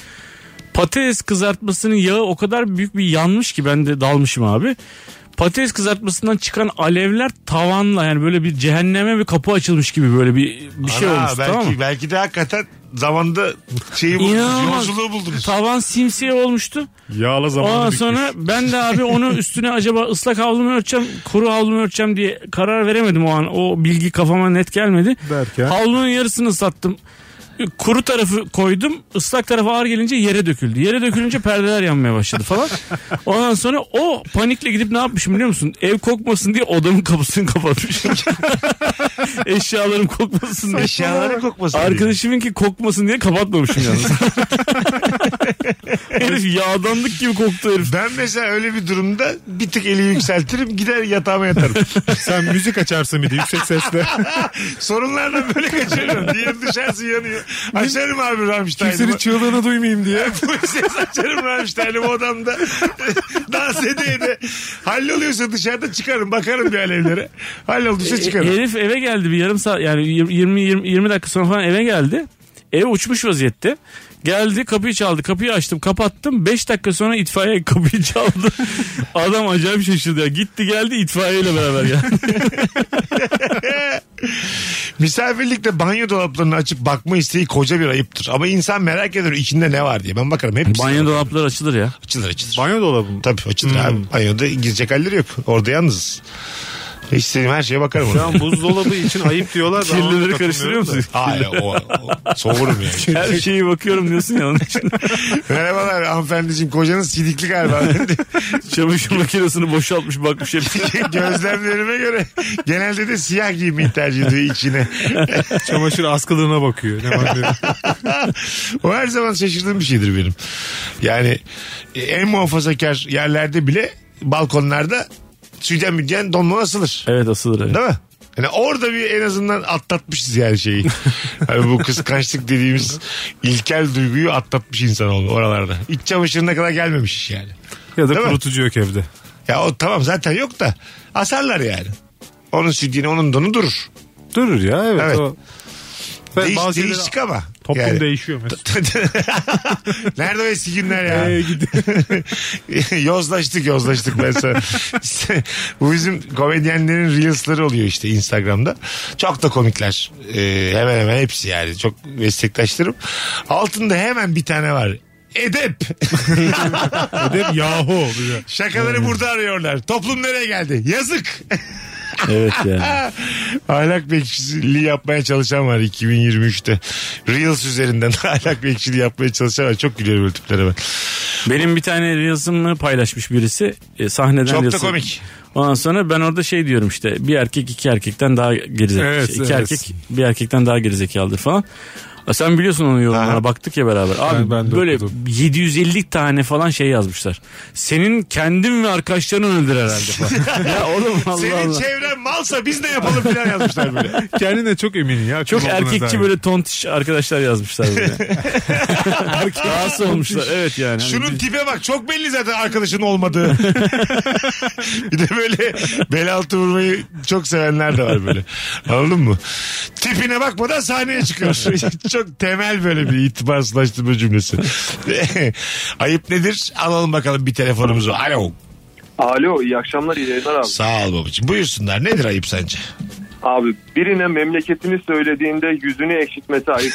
S3: Patates kızartmasının yağı o kadar büyük bir yanmış ki ben de dalmışım abi. Patates kızartmasından çıkan alevler tavanla yani böyle bir cehenneme bir kapı açılmış gibi böyle bir bir şey
S1: Ana,
S3: olmuş
S1: belki,
S3: tamam mı?
S1: Belki de hakikaten zamanda şeyi buldunuz,
S3: İnanılmaz.
S1: yolculuğu buldunuz.
S3: Tavan simsiye olmuştu.
S2: Yağla zamanı
S3: Ondan
S2: bitmiş.
S3: sonra ben de abi onu üstüne acaba ıslak havlu mu örteceğim, kuru havlu mu örteceğim diye karar veremedim o an. O bilgi kafama net gelmedi.
S2: Derken?
S3: Havlunun yarısını ıslattım. Kuru tarafı koydum. ıslak tarafı ağır gelince yere döküldü. Yere dökülünce perdeler yanmaya başladı falan. Ondan sonra o panikle gidip ne yapmışım biliyor musun? Ev kokmasın diye odamın kapısını kapatmışım. Eşyalarım kokmasın diye.
S1: Eşyaları kokmasın diye.
S3: Arkadaşımın ki kokmasın diye kapatmamışım yalnız. herif yağdanlık gibi koktu herif.
S1: Ben mesela öyle bir durumda bir tık eli yükseltirim gider yatağıma yatarım.
S2: Sen müzik açarsın bir de yüksek sesle.
S1: Sorunlardan böyle kaçırıyorum. Diğer dışarısı yanıyor. Açarım abi Rammstein'i.
S2: Kimsenin çığlığını duymayayım diye.
S1: Bu ses açarım Rammstein'i bu odamda. Dans ede ede. Halloluyorsa dışarıda çıkarım. Bakarım bir alevlere.
S3: E,
S1: Hallolduysa çıkarım.
S3: Herif eve geldi bir yarım saat yani 20 20, 20 dakika sonra falan eve geldi. Ev uçmuş vaziyette. Geldi kapıyı çaldı. Kapıyı açtım kapattım. 5 dakika sonra itfaiye kapıyı çaldı. Adam acayip şaşırdı. Ya. Gitti geldi itfaiyeyle beraber ya.
S1: Misafirlikte banyo dolaplarını açıp bakma isteği koca bir ayıptır. Ama insan merak eder içinde ne var diye. Ben bakarım hepsi
S3: Banyo dolapları açılır ya.
S1: açılır açılır.
S2: Banyo Hmm. dolabı mı?
S1: Tabii açılır abi. Banyoda girecek halleri yok. Orada yalnız. İstediğim her şeye bakarım.
S2: Şu
S1: ona.
S2: an buzdolabı için ayıp diyorlar. da ona
S3: Kirlileri
S2: katılmıyorum
S3: karıştırıyor
S2: da.
S3: musun?
S1: Hayır o, o soğurum yani.
S3: Her şeyi bakıyorum diyorsun ya onun için.
S1: Merhabalar hanımefendiciğim kocanız sidikli galiba.
S3: Çamaşır makinesini boşaltmış bakmış hep.
S1: Gözlemlerime göre genelde de siyah giymeyi tercih ediyor içine.
S2: Çamaşır askılığına bakıyor. Ne var diyor.
S1: o her zaman şaşırdığım bir şeydir benim. Yani e, en muhafazakar yerlerde bile balkonlarda sütyen mütyen donma asılır.
S3: Evet asılır. evet.
S1: Değil mi? Yani orada bir en azından atlatmışız yani şeyi. Hani bu kıskançlık dediğimiz ilkel duyguyu atlatmış insan oldu oralarda. İç çamaşırına kadar gelmemiş iş yani.
S2: ya da
S1: Değil mi?
S2: kurutucu yok evde.
S1: Ya o tamam zaten yok da asarlar yani. Onun sütyeni onun donu durur.
S2: Durur ya evet.
S1: Evet.
S2: O. Ben
S1: Değiş,
S2: bazı yerlere-
S1: değişik ama.
S2: Toplum
S1: yani.
S2: değişiyor mesela.
S1: Nerede o eski günler ya?
S2: Ee, gidiyor.
S1: yozlaştık yozlaştık ben sana. Bu bizim komedyenlerin reelsları oluyor işte Instagram'da. Çok da komikler. Ee, hemen hemen hepsi yani. Çok meslektaşlarım. Altında hemen bir tane var. Edep.
S2: Edep yahu. bir de.
S3: Hmm.
S1: Şakaları burada arıyorlar. Toplum nereye geldi? Yazık.
S3: Evet ya.
S1: Ahlak bekçiliği yapmaya çalışan var 2023'te. Reels üzerinden ahlak bekçiliği yapmaya çalışan var. Çok gülüyorum öyle tiplere ben.
S3: Benim bir tane reels'ımı paylaşmış birisi. E, sahneden
S1: Çok da
S3: reels'im.
S1: komik.
S3: Ondan sonra ben orada şey diyorum işte bir erkek iki erkekten daha gerizekalı.
S2: Evet,
S3: iki
S2: evet.
S3: erkek bir erkekten daha gerizekalıdır falan. E, Sen biliyorsun onun yorumlarına baktık ya beraber. Abi
S2: Ben- ben de
S3: böyle
S2: okudum.
S3: 750 tane falan şey yazmışlar. Senin kendin ve arkadaşların öldür herhalde falan. ya oğlum Allah
S1: Senin şey-
S3: Allah.
S1: çevren malsa biz ne yapalım filan yazmışlar böyle.
S2: Kendine çok emin ya.
S3: Çok
S2: Kim olduğuna
S3: erkekçi
S2: dair.
S3: böyle tontiş arkadaşlar yazmışlar böyle. Rahatsız olmuşlar evet yani. Hani
S1: Şunun
S3: biz-
S1: tipe bak çok belli zaten arkadaşın olmadığı. bir de böyle bel altı vurmayı çok sevenler de var böyle. Anladın mı? Tipine bakmadan sahneye çıkıyor. çok temel böyle bir itibarsızlaştırma cümlesi. Ayıp nedir? Alalım bakalım bir telefonumuzu. Alo.
S7: Alo iyi akşamlar iyi yayınlar abi.
S1: Sağ ol babacığım. Buyursunlar. Nedir ayıp sence?
S7: Abi birine memleketini söylediğinde yüzünü ekşitmesi ayıp.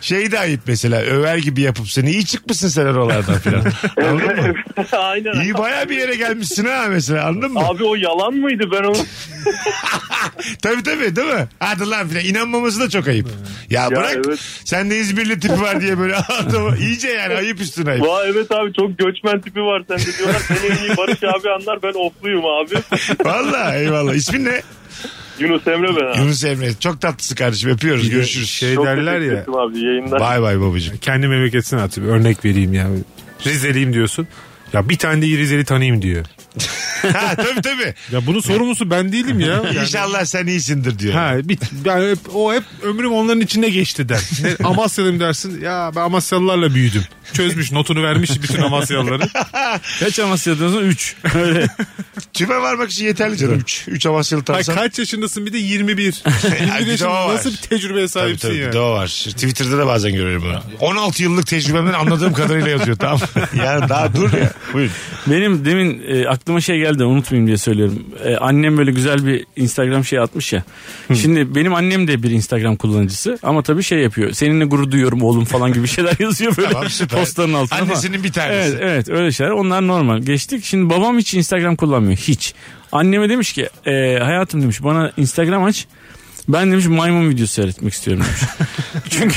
S1: şey de ayıp mesela. Över gibi yapıp seni iyi çıkmışsın sen oralardan filan. Anladın mı?
S7: Aynen.
S1: İyi baya bir yere gelmişsin ha mesela anladın mı?
S7: Abi o yalan mıydı ben onu?
S1: Tabii tabii değil mi? Hadi lan filan inanmaması da çok ayıp. Ya, bırak
S7: evet.
S1: sende İzmirli tipi var diye böyle adamı iyice yani ayıp üstüne ayıp.
S7: Vay evet abi çok göçmen tipi var sende diyorlar. Seni en iyi Barış abi anlar ben ofluyum abi.
S1: Valla eyvallah. İsmin ne?
S7: Yunus Emre ben abi.
S1: Yunus Emre. Çok tatlısı kardeşim öpüyoruz görüşürüz.
S2: Şey
S7: Çok
S2: derler
S7: teşekkür
S2: ya.
S7: ettim abi yayınlar.
S1: Bay bay babacığım.
S2: Kendi memleketine atayım. Örnek vereyim ya. Rizeliyim diyorsun. Ya bir tane de Rizeli tanıyayım diyor.
S1: ha tabii tabii.
S2: Ya bunun sorumlusu ben değilim ya. Yani-
S1: İnşallah sen iyisindir diyor.
S2: Ha, bit, ben hep, o hep ömrüm onların içinde geçti der. Ne, Amasyalıyım dersin. Ya ben Amasyalılarla büyüdüm. Çözmüş notunu vermiş bütün Amasyalıları.
S3: Kaç Amasya'dan 3. Öyle.
S1: Tüme varmak için yeterli canım. 3 3 Amasyalı
S2: Ay,
S1: tanısan.
S2: kaç yaşındasın bir de 21. 21
S1: Bir de o
S2: yaşında
S1: var.
S2: nasıl bir tecrübeye
S1: Tabii
S2: sahipsin
S1: tabii
S2: ya.
S1: bir de o var. Şu Twitter'da da bazen görüyorum bunu. 16 yıllık tecrübemden anladığım kadarıyla yazıyor tamam mı? Yani daha dur ya. Buyurun.
S3: Benim demin e, aklıma şey geldi unutmayayım diye söylüyorum. E, annem böyle güzel bir Instagram şey atmış ya. Şimdi benim annem de bir Instagram kullanıcısı ama tabii şey yapıyor. Seninle gurur duyuyorum oğlum falan gibi şeyler yazıyor böyle
S1: Tamam süper.
S3: postların altına falan.
S1: Annesinin bir tanesi.
S3: Evet evet öyle şeyler onlar normal. Geçtik şimdi babam hiç Instagram kullanmıyor hiç. Anneme demiş ki e, hayatım demiş bana Instagram aç. Ben demiş maymun videosu seyretmek istiyorum demiş. Çünkü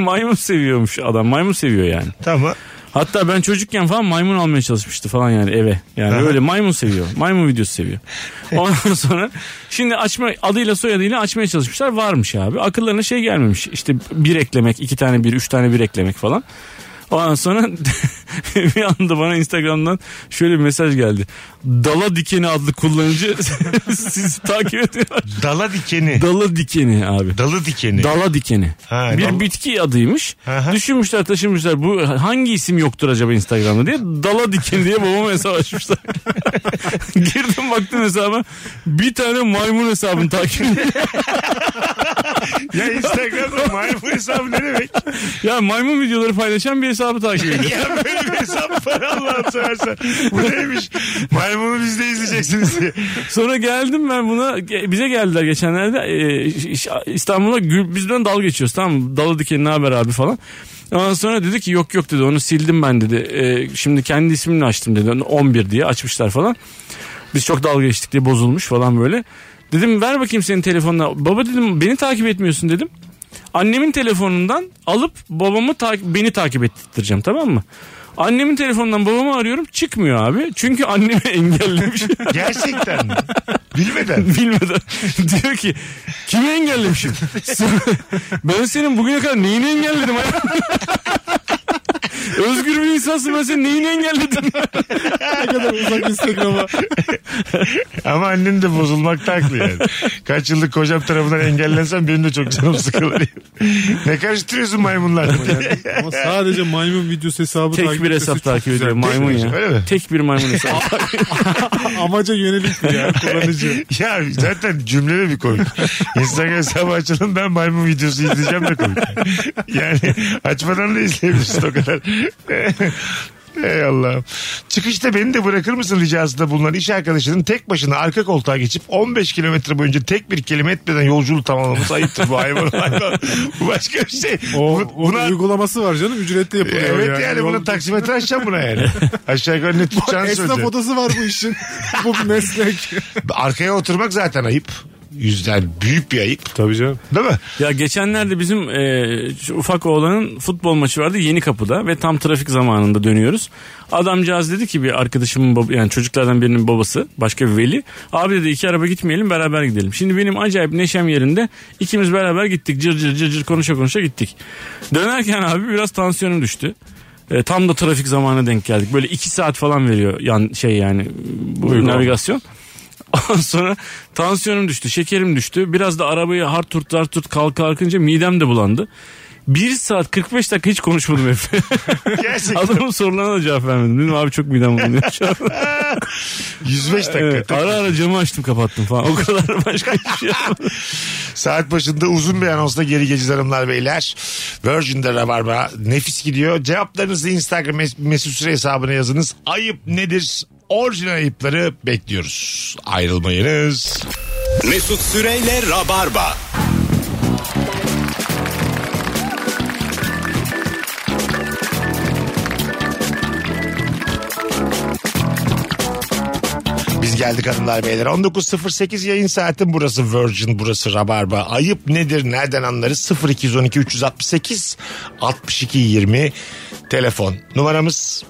S3: maymun seviyormuş adam maymun seviyor yani.
S1: Tamam.
S3: Hatta ben çocukken falan maymun almaya çalışmıştı falan yani eve. Yani
S1: Aha.
S3: öyle maymun seviyor. Maymun videosu seviyor. Ondan sonra şimdi açma adıyla soyadıyla açmaya çalışmışlar. Varmış abi. Akıllarına şey gelmemiş. İşte bir eklemek, iki tane bir, üç tane bir eklemek falan. Ondan sonra bir anda bana Instagram'dan şöyle bir mesaj geldi. Dala Dikeni adlı kullanıcı sizi takip ediyor.
S1: Dala dikeni.
S3: Dala Dikeni abi.
S1: Dalı dikeni.
S3: Dala dikeni.
S1: Ha,
S3: bir
S1: dal-
S3: bitki adıymış.
S1: Aha.
S3: Düşünmüşler taşınmışlar bu hangi isim yoktur acaba Instagram'da diye. Dala dikeni diye babama hesap açmışlar. Girdim baktım hesaba bir tane maymun hesabını takip ediyor.
S1: ya Instagram'da maymun hesabı ne demek?
S3: ya maymun videoları paylaşan bir hesabı takip ediyor.
S1: Ya böyle bir hesap var Allah'ını seversen. Bu neymiş? Maymunu biz de izleyeceksiniz diye.
S3: Sonra geldim ben buna ge- bize geldiler geçenlerde e, ş- ş- İstanbul'a gül, bizden dal geçiyoruz tamam mı? Dalı dikeni ne haber abi falan. Ondan sonra dedi ki yok yok dedi onu sildim ben dedi. E, şimdi kendi ismimle açtım dedi. 11 diye açmışlar falan. Biz çok dalga geçtik diye bozulmuş falan böyle. Dedim ver bakayım senin telefonuna. Baba dedim beni takip etmiyorsun dedim. Annemin telefonundan alıp babamı takip beni takip ettireceğim tamam mı? Annemin telefonundan babamı arıyorum çıkmıyor abi. Çünkü annemi engellemiş.
S1: Gerçekten mi? Bilmeden.
S3: bilmeden diyor ki kimi engellemişim? Sonra, ben senin bugüne kadar neyini engelledim? hayatım?" Özgür bir insansın ben senin neyini engelledim?
S2: Uzak Instagram'a.
S1: Ama annen de bozulmakta haklı yani. Kaç yıllık kocam tarafından engellensem benim de çok canım sıkılır. ne karıştırıyorsun maymunlar?
S2: Ama sadece maymun videosu hesabı
S3: Tek bir
S2: etmesi
S3: hesap
S2: çok
S3: takip
S2: güzel.
S3: ediyor maymun
S1: Öyle
S3: ya.
S1: mi?
S3: Tek bir maymun hesabı.
S2: Amaca yönelik bir ya kullanıcı.
S1: ya zaten cümle de bir komik. Instagram hesabı açalım ben maymun videosu izleyeceğim de komik. Yani açmadan da izleyebilirsin o kadar. Ey Allah'ım. Çıkışta beni de bırakır mısın ricasında bulunan iş arkadaşının tek başına arka koltuğa geçip 15 kilometre boyunca tek bir kelime etmeden yolculuğu tamamlaması ayıptır bu hayvan. hayvan. Bu başka bir şey.
S2: O,
S1: Bu-
S2: onun
S1: buna-
S2: uygulaması var canım ücretli yapılıyor.
S1: Evet yani, bunu
S2: Yol-
S1: taksimetre açacağım buna yani. Aşağı yukarı ne tutacağını
S2: Esnaf
S1: söyleyeceğim.
S2: odası var bu işin. bu bir meslek.
S1: Arkaya oturmak zaten ayıp. Yüzden büyük bir ayıp.
S2: Tabii canım.
S1: Değil mi?
S3: Ya geçenlerde bizim e, şu ufak oğlanın futbol maçı vardı Yeni Kapı'da ve tam trafik zamanında dönüyoruz. Adamcağız dedi ki bir arkadaşımın bab- yani çocuklardan birinin babası başka bir veli. Abi dedi iki araba gitmeyelim beraber gidelim. Şimdi benim acayip neşem yerinde ikimiz beraber gittik cır cır cır cır konuşa konuşa gittik. Dönerken abi biraz tansiyonum düştü. E, tam da trafik zamanına denk geldik. Böyle iki saat falan veriyor yan şey yani bu
S2: Uygulama.
S3: navigasyon. Ondan sonra tansiyonum düştü, şekerim düştü. Biraz da arabayı hard turt hard turt kalk kalkınca midem de bulandı. 1 saat 45 dakika hiç konuşmadım Efe.
S1: Gerçekten.
S3: Adamın sorularına da cevap vermedim. Dedim abi çok midem bulanıyor şu an.
S1: 105 dakika.
S3: Evet, ara ara camı açtım kapattım falan. O kadar başka bir şey yapmadım.
S1: Saat başında uzun bir anonsla geri geleceğiz hanımlar beyler. Virgin'de Rabarba nefis gidiyor. Cevaplarınızı Instagram mes- mesut süre hesabına yazınız. Ayıp nedir? Orijinal ayıpları bekliyoruz. Ayrılmayınız.
S6: Mesut Süreyle Rabarba.
S1: Biz geldik hanımlar beyler. 19.08 yayın saati burası Virgin burası Rabarba. Ayıp nedir nereden anlarız 0212 368 62 20 telefon numaramız.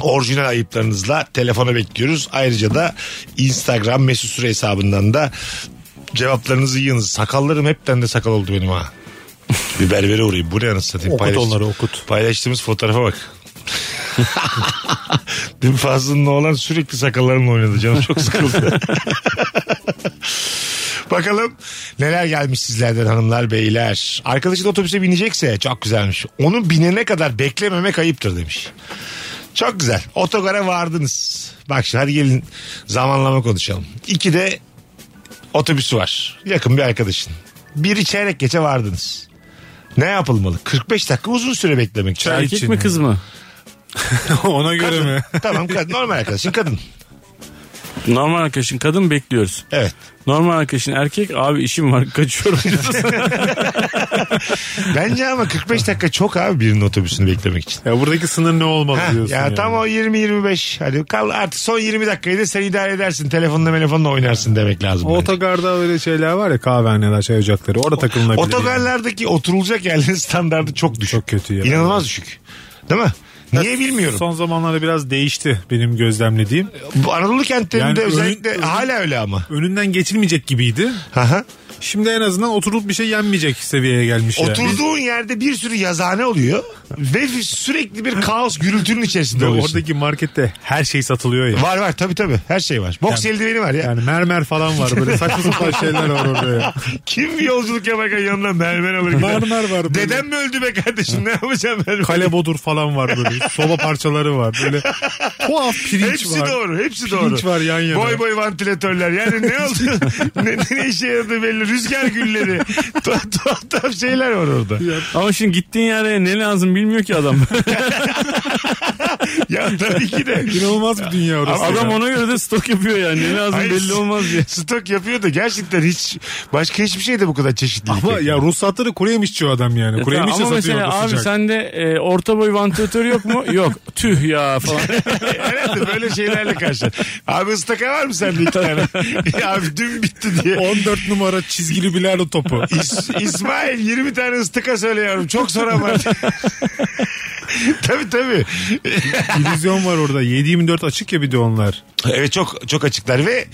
S1: Orijinal ayıplarınızla telefona bekliyoruz. Ayrıca da Instagram mesut süre hesabından da cevaplarınızı yığınız. Sakallarım hepten de sakal oldu benim ha. Bir berbere uğrayayım. Buraya nasıl satayım?
S2: Okut
S1: Paylaştım-
S2: onları, okut.
S1: Paylaştığımız fotoğrafa bak. Dün Fazlı'nın oğlan sürekli sakallarımla oynadı. Canım çok sıkıldı. Bakalım neler gelmiş sizlerden hanımlar beyler. Arkadaşın otobüse binecekse çok güzelmiş. Onun binene kadar beklememek ayıptır demiş. Çok güzel. Otogara vardınız. Bak şimdi hadi gelin zamanlama konuşalım. İkide otobüsü var. Yakın bir arkadaşın. Biri çeyrek geçe vardınız. Ne yapılmalı? 45 dakika uzun süre beklemek. Çay
S3: Erkek mi kız mı?
S2: Ona göre mi?
S1: tamam kadın, normal arkadaşın kadın.
S3: Normal arkadaşın kadın bekliyoruz.
S1: Evet.
S3: Normal arkadaşın erkek abi işim var kaçıyorum.
S1: Bence ama 45 dakika çok abi birinin otobüsünü beklemek için.
S2: Ya buradaki sınır ne olmalı
S1: Ha,
S2: diyorsun.
S1: ya
S2: yani.
S1: tam o 20-25 hadi kal artık son 20 dakikayı da sen idare edersin telefonla telefonla oynarsın demek lazım.
S2: O
S1: bence.
S2: Otogarda öyle şeyler var ya kahvehaneler, çay ocakları. Orada takılınabilir. yani.
S1: Otogarlardaki oturulacak yerlerin standardı çok düşük.
S2: Çok kötü ya.
S1: İnanılmaz düşük. Değil mi? Niye bilmiyorum.
S2: Son zamanlarda biraz değişti benim gözlemlediğim.
S1: Bu Anadolu kentlerinde
S2: Yani
S1: özellikle
S2: ön- ön-
S1: hala öyle ama.
S2: Önünden geçilmeyecek gibiydi.
S1: Aha.
S2: Şimdi en azından oturulup bir şey yenmeyecek seviyeye gelmiş Şey yani.
S1: Oturduğun yerde bir sürü yazane oluyor ve sürekli bir kaos gürültünün içerisinde
S2: Ve
S1: oluyorsun.
S2: oradaki markette her şey satılıyor ya.
S1: Var var tabii tabii her şey var. Boks eldiveni var ya.
S2: Yani mermer falan var böyle saçma sapan şeyler var orada ya.
S1: Kim bir yolculuk yaparken yanına mermer alır gider.
S2: Mermer var böyle.
S1: Dedem mi öldü be kardeşim ne yapacağım ben?
S2: Kalebodur falan var böyle. Soba parçaları var. Böyle tuhaf pirinç
S1: Hepsi
S2: var.
S1: doğru, hepsi
S2: Pirinç
S1: doğru.
S2: var yan yana.
S1: Boy boy vantilatörler. Yani ne oldu? ne, ne işe yaradı belli. Rüzgar gülleri. tuhaf tuhaf tuhaf şeyler var orada.
S3: Ama şimdi gittiğin yere ne lazım bilmiyor ki adam.
S1: Ya tabii ki de.
S2: İnanılmaz bir dünya orası.
S3: adam
S2: ya.
S3: ona göre de stok yapıyor yani. Ne lazım
S1: Hayır,
S3: belli olmaz diye.
S1: Stok yapıyor da gerçekten hiç başka hiçbir şey de bu kadar çeşitli.
S2: Ama ya ruhsatları kuruyemiş içiyor adam yani.
S3: Ya
S2: Kuruyemiş de
S3: tamam, ama
S2: satıyor
S3: mesela
S2: orada
S3: abi
S2: sıcak.
S3: sende e, orta boy vantilatör yok mu? yok. Tüh ya falan.
S1: E, Herhalde böyle şeylerle karşı. Abi ıstaka var mı sende iki tane? Ya abi dün bitti diye.
S2: 14 numara çizgili bilardo topu.
S1: İs- İsmail 20 tane ıstıka söyle yavrum. Çok soran var. tabii tabii.
S2: İllüzyon var orada. 7-24 açık ya bir de onlar.
S1: Evet çok çok açıklar ve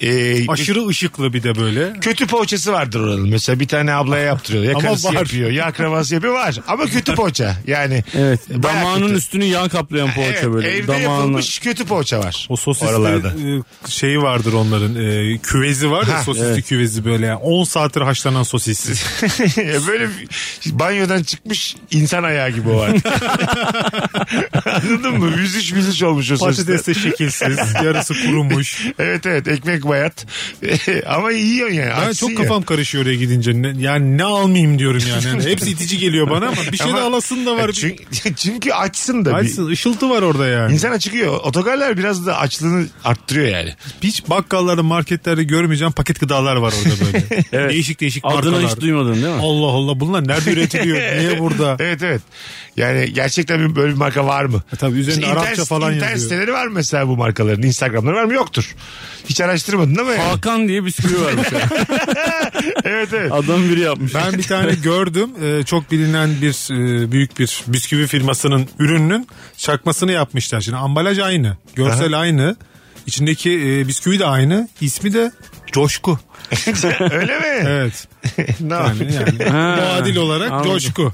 S1: e,
S2: Aşırı ışıklı bir de böyle.
S1: kötü poğaçası vardır oranın. Mesela bir tane ablaya yaptırıyor. Ya
S2: Ama
S1: karısı
S2: var.
S1: yapıyor ya akrabası yapıyor var. Ama kötü poğaça yani.
S3: Evet.
S1: Bayağı
S3: Damağının
S1: kötü.
S3: üstünü yağ kaplayan poğaça
S1: Evet,
S3: böyle.
S1: Evde
S3: Damağını.
S1: yapılmış kötü poğaça var.
S2: O sosisli
S1: Oralarda.
S2: e, şeyi vardır onların. e, küvezi var ya
S1: Ha,
S2: sosisli küvezi böyle. yani. 10 saattir haşlanan sosis.
S1: Böyle bir- banyodan çıkmış insan ayağı gibi o var. Anladın mı? Müzüş müzüş olmuş o sosisler.
S2: Patates de şekilsiz. yarısı kurumuş.
S1: Evet evet ekmek bayat. Ama yiyorsun yani.
S2: Ben
S1: haksın
S2: çok
S1: ya.
S2: kafam karışıyor oraya gidince. Ne- yani ne almayayım diyorum yani. Hani hepsi itici geliyor bana ama bir şey
S1: Ama-
S2: de alasın da var. Bir...
S1: Çünkü, çünkü açsın da. bir-
S2: Açsın ışıltı var orada yani.
S1: İnsan açıkıyor. Otogarlar biraz da açlığını arttırıyor yani.
S2: Hiç bakkallarda marketlerde görmeyeceğim paket gıdalar var orada böyle.
S3: Evet.
S2: Değişik değişik
S3: Adını
S2: markalar.
S3: hiç duymadın değil mi?
S2: Allah Allah bunlar nerede üretiliyor? Niye burada?
S1: Evet evet. Yani gerçekten bir, böyle bir marka var mı?
S2: E tabii üzerinde
S1: İnternet-
S2: Arapça falan
S1: İnternet
S2: yazıyor.
S1: siteleri var mı mesela bu markaların? Instagramları var mı? Yoktur. Hiç araştırmadın ama yani.
S3: Hakan diye bisküvi varmış.
S1: evet evet.
S3: Adam biri yapmış.
S2: Ben bir tane gördüm. Ee, çok bilinen bir e, büyük bir bisküvi firmasının ürününün çakmasını yapmışlar. Şimdi ambalaj aynı. Görsel aynı. İçindeki e, bisküvi de aynı. İsmi de Coşku.
S1: Öyle mi?
S2: Evet.
S1: ne
S2: Yani,
S1: yapayım?
S2: yani. Muadil olarak
S3: anladım.
S2: Coşku.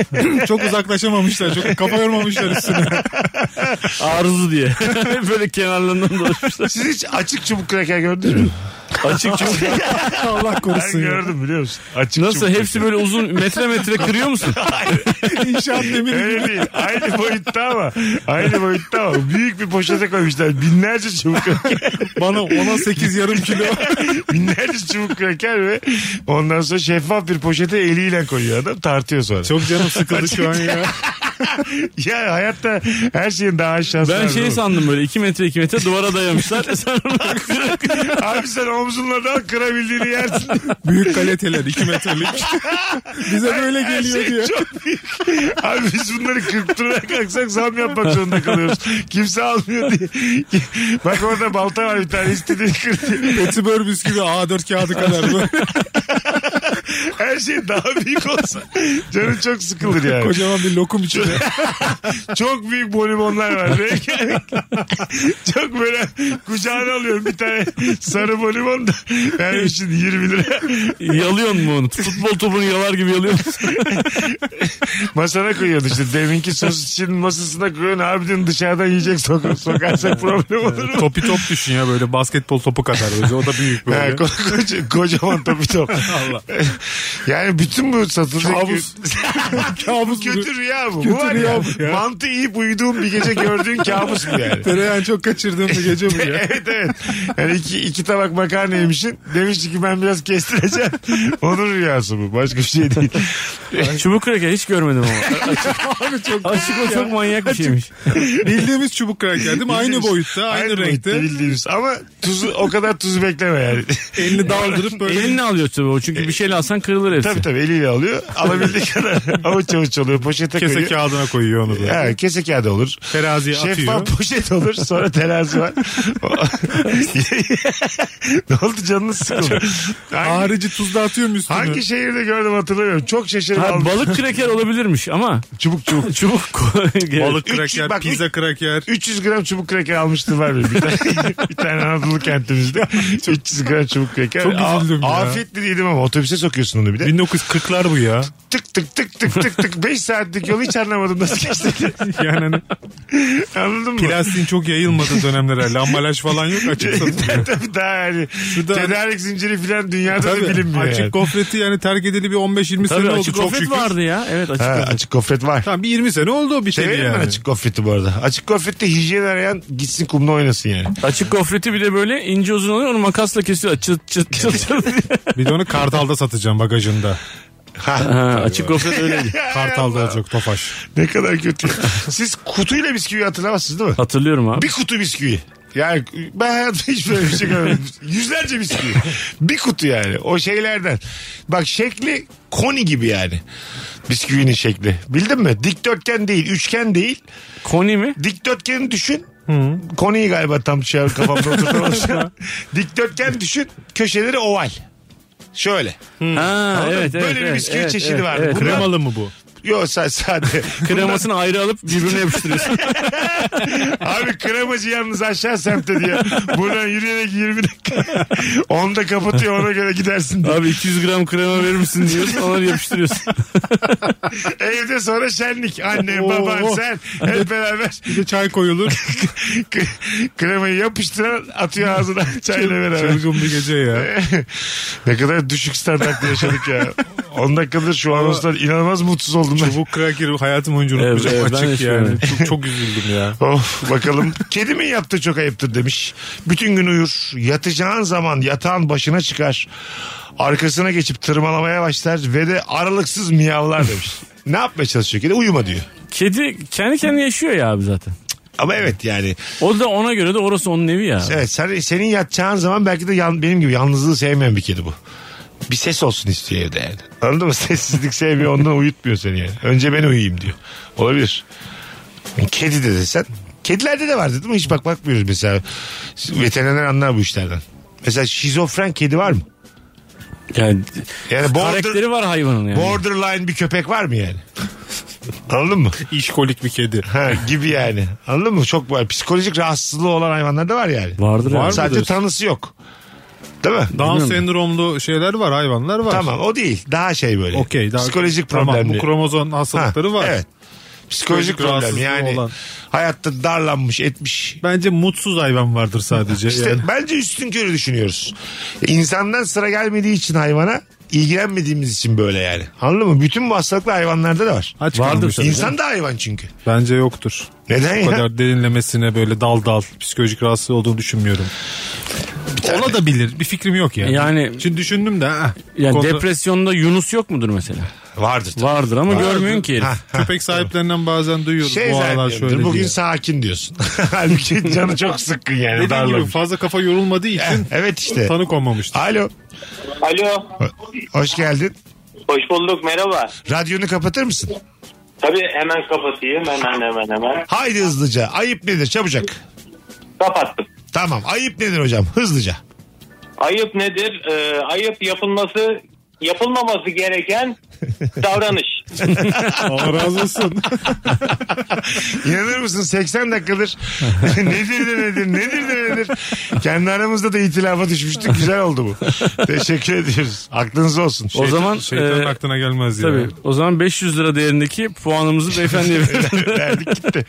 S2: çok uzaklaşamamışlar. Çok kafa yormamışlar üstüne.
S3: Arzu diye. Böyle kenarlarından dolaşmışlar.
S1: Siz hiç açık çubuk kraker gördünüz mü?
S3: Açık çok.
S2: Allah
S1: Ben
S2: korusun ya.
S1: gördüm biliyor musun? Açık
S3: Nasıl
S1: çubuk
S3: hepsi böyle uzun metre metre kırıyor musun?
S2: İnşaat demiri gibi.
S1: Öyle değil. Aynı boyutta ama. Aynı boyutta ama. Büyük bir poşete koymuşlar. Binlerce çubuk kraker.
S2: Bana 10'a 8 yarım kilo.
S1: Binlerce çubuk kraker ve ondan sonra şeffaf bir poşete eliyle koyuyor adam. Tartıyor sonra.
S2: Çok canım sıkıldı şu an ya.
S1: Ya hayatta her şeyin daha şansı
S3: Ben şey sandım böyle 2 metre 2 metre duvara dayamışlar. Sen
S1: Abi sen omzunla da kırabildiğini yersin.
S2: Büyük kaleteler 2 metrelik. Bize böyle
S1: Her
S2: geliyor
S1: şey
S2: diye.
S1: çok büyük. Abi biz bunları kırptırmaya kalksak zam yapmak zorunda kalıyoruz. Kimse almıyor diye. Bak orada balta var bir tane istediğini kır diye.
S2: Petibör bisküvi A4 kağıdı kadar.
S1: Her şey daha büyük olsa canın çok sıkılır yani.
S2: Kocaman bir lokum içinde.
S1: Çok büyük bonibonlar var. Rengarenk. çok böyle kucağına alıyorum bir tane sarı bonibon da vermişsin 20 lira.
S3: yalıyorsun mu onu? Futbol topunu yalar gibi yalıyor musun?
S1: Masana koyuyordu işte. Deminki sos için masasına koyuyorsun. Harbiden dışarıdan yiyecek sok sokarsak problem olur mu?
S2: Topi top düşün ya böyle basketbol topu kadar. Böyle. O da büyük
S1: Ha,
S2: böyle.
S1: ko- koca- kocaman topi top.
S2: Allah.
S1: Yani bütün bu satılacak...
S2: Kabus.
S1: kabus
S2: Kabus
S1: kötü rüya bu.
S2: Kötü
S1: bu var
S2: rüya
S1: ya,
S2: bu ya.
S1: Mantı yiyip uyuduğun bir gece gördüğün kabus bu yani.
S2: Tereyağını çok kaçırdığım bir gece bu ya.
S1: evet evet. Yani iki, iki tabak makarna yemişsin. Demişti ki ben biraz kestireceğim. Onun rüyası bu. Başka bir şey değil.
S3: E, Çubuk kraker hiç görmedim ama. Açık o çok manyak bir şeymiş.
S2: Bildiğimiz çubuk kraker değil mi? Aynı boyutta, aynı,
S1: boyutta
S2: renkte.
S1: bildiğimiz. Ama tuzu o kadar tuzu bekleme yani.
S2: Elini daldırıp böyle.
S3: Elini alıyor tabii o çünkü bir şeyle alsan kırılır hepsi.
S1: tabii tabii eliyle alıyor. Alabildiği kadar avuç avuç oluyor. Poşete
S2: Kese
S1: koyuyor.
S2: kağıdına koyuyor onu da.
S1: Ha, kese kağıdı olur.
S2: Teraziye
S1: Şeffaf
S2: atıyor.
S1: poşet olur sonra terazi var. ne oldu canınız sıkıldı? Hangi,
S2: Harici tuzda atıyor mu üstüne?
S1: hangi şehirde gördüm hatırlamıyorum. Çok
S3: Ha,
S1: şaşırdım.
S3: balık kraker olabilirmiş ama
S1: çubuk çubuk.
S3: çubuk ko-
S2: Balık
S1: Üç-
S2: kraker,
S1: bak-
S2: pizza kraker.
S1: 300 gram çubuk kraker almıştım var benim. Bir tane, bir tane Anadolu kentimizde. 300 gram çubuk kraker.
S2: Çok üzüldüm ya.
S1: Afiyetle yedim ama otobüse sokuyorsun onu bir de.
S2: 1940'lar bu ya.
S1: Tık tık tık tık tık tık. 5 saatlik yolu hiç anlamadım nasıl geçti.
S2: Yani hani
S1: Anladın mı?
S2: plastiğin çok yayılmadığı dönemler herhalde. Ambalaj falan yok açık satılıyor.
S1: Tabii daha yani.
S2: Şurada- hani-
S1: Tedarik zinciri falan dünyada da
S2: Tabii,
S1: bilinmiyor. yani.
S2: açık gofreti yani terk edeli bir 15-20
S3: Tabii
S2: sene oldu
S3: açık
S2: çok
S3: gofret
S2: şükür.
S3: vardı ya. Evet açık
S1: Ha,
S3: gofret.
S1: açık gofret var.
S2: Tamam bir 20 sene oldu o bir şey
S1: Severim
S2: yani.
S1: ben açık gofreti bu arada. Açık gofrette hijyen arayan gitsin kumda oynasın yani.
S3: Açık gofreti bir de böyle ince uzun oluyor onu makasla kesiyor. Çıt çıt çıt çıt.
S2: Bir de onu Kartal'da satacağım bagajında.
S3: Ha, açık gofret öyleydi.
S2: Kartal'da olacak Tofaş.
S1: Ne kadar kötü. Siz kutuyla bisküvi hatırlamazsınız değil mi?
S3: Hatırlıyorum abi.
S1: Bir kutu bisküvi. Yani ben hayatımda hiç böyle bir şey görmedim. Yüzlerce bisküvi. Bir kutu yani. O şeylerden. Bak şekli koni gibi yani. Bisküvinin şekli. Bildin mi? Dikdörtgen değil, üçgen değil.
S3: Koni mi?
S1: Dikdörtgeni düşün. Koniyi galiba tam şey kafamda oturtamadım. Dikdörtgen düşün. Köşeleri oval. Şöyle.
S3: Ha,
S1: Anladım.
S3: evet, evet,
S1: Böyle bir
S3: evet,
S1: bisküvi
S3: evet,
S1: çeşidi
S3: evet,
S1: vardı.
S3: evet.
S1: Bunlar-
S2: Kremalı mı bu?
S1: Yok sa- sade.
S3: Kremasını ayrı alıp birbirine yapıştırıyorsun.
S1: Abi kremacı yalnız aşağı semtte diyor. Buradan yürüyerek 20 dakika. Onda kapatıyor ona göre gidersin diye.
S3: abi 200 gram krema verir misin diyorsun onları yapıştırıyorsun.
S1: Evde sonra şenlik. Annem
S2: Oo.
S1: babam sen hep beraber
S2: Bir de çay koyulur.
S1: k- kremayı yapıştıran atıyor ağzına çayla beraber.
S2: Çılgın bir gece ya.
S1: ne kadar düşük standartla yaşadık ya. 10 dakikadır şu anonslar inanılmaz mutsuz oldum ben.
S2: Çubuk kraker hayatım boyunca unutmayacağım
S3: Evet, evet, ben de
S2: açık
S3: hiç
S2: yani.
S3: bilmiyorum.
S2: Çok, çok üzüldüm ya.
S1: Of bakalım. Kedi mi yaptı çok ayıptır demiş. Bütün gün uyur. Yatacağın zaman yatağın başına çıkar. Arkasına geçip tırmalamaya başlar ve de aralıksız miyavlar demiş. ne yapmaya çalışıyor kedi? Uyuma diyor.
S3: Kedi kendi kendine yaşıyor ya abi zaten.
S1: Ama evet yani.
S3: O da ona göre de orası onun evi ya.
S1: Evet sen, senin yatacağın zaman belki de yan- benim gibi yalnızlığı sevmeyen bir kedi bu. Bir ses olsun istiyor evde yani. Anladın mı? Sessizlik sevmiyor ondan uyutmuyor seni yani. Önce ben uyuyayım diyor. Olabilir. Kedi de desen. Kedilerde de vardı değil mi? Hiç bak bakmıyoruz mesela. Veteriner anlar bu işlerden. Mesela şizofren kedi var mı?
S3: Yani
S1: Yani border,
S3: karakteri var hayvanın yani.
S1: borderline bir köpek var mı yani? Anladın mı?
S2: İşkolik bir kedi.
S1: Ha, gibi yani. Anladın mı? Çok var. Psikolojik rahatsızlığı olan hayvanlarda var yani.
S3: Vardır
S1: Var
S3: yani.
S1: Sadece tanısı yok. Değil mi?
S2: Down sendromlu şeyler var hayvanlar var.
S1: Tamam o değil. Daha şey böyle.
S2: Okey. daha-
S1: Psikolojik
S2: Tamam,
S1: problemli.
S2: bu kromozom hastalıkları
S1: Ha,
S2: var.
S1: Evet. Psikolojik,
S2: Psikolojik
S1: problem
S2: rahatsızlığı
S1: yani
S2: olan.
S1: hayatta darlanmış etmiş.
S2: Bence mutsuz hayvan vardır sadece.
S1: İşte
S2: yani.
S1: bence üstün körü düşünüyoruz. İnsandan sıra gelmediği için hayvana ilgilenmediğimiz için böyle yani. Anladın mı? Bütün bu hastalıklar hayvanlarda da var.
S2: Aç şey.
S3: Vardır
S2: kalmış
S3: tabii
S2: adam.
S1: İnsan da hayvan çünkü.
S2: Bence yoktur.
S1: Neden
S2: Bu
S1: ya?
S2: kadar derinlemesine böyle dal dal psikolojik rahatsız olduğunu düşünmüyorum. Ona da bilir. Bir fikrim yok yani.
S3: Yani-
S2: Şimdi düşündüm de. ha,
S3: Yani
S2: konuda-
S3: depresyonda Yunus yok mudur mesela?
S1: Vardır. tabii.
S3: Vardır ama görmüyorsun ki herif.
S2: Köpek sahiplerinden bazen duyuyoruz.
S1: Şey
S2: bu aralar
S1: zannediyordur,
S2: şöyle
S1: Bugün
S2: diye.
S1: sakin diyorsun. Halbuki canı çok sıkkın yani.
S2: Dediğim gibi
S1: darlamış. Eh.
S2: fazla kafa yorulmadığı için
S1: Evet işte.
S2: tanı konmamıştı.
S1: Alo.
S7: Alo.
S1: Hoş geldin.
S7: Hoş bulduk merhaba.
S1: Radyonu kapatır mısın?
S7: Tabii hemen kapatayım hemen hemen hemen.
S1: Haydi hızlıca. Ayıp nedir çabucak.
S7: Kapattım.
S1: Tamam. Ayıp nedir hocam? Hızlıca.
S7: Ayıp nedir? Ee, ayıp yapılması yapılmaması gereken davranış.
S2: Allah razı olsun.
S1: İnanır mısın 80 dakikadır nedir de nedir nedir de nedir. Kendi aramızda da itilafa düşmüştük. Güzel oldu bu. Teşekkür ediyoruz. Aklınız olsun.
S3: O zaman
S2: Şeytanın
S3: e,
S2: aklına gelmez ya.
S3: tabii o zaman 500 lira değerindeki puanımızı beyefendiye verelim.
S1: Verdik gitti.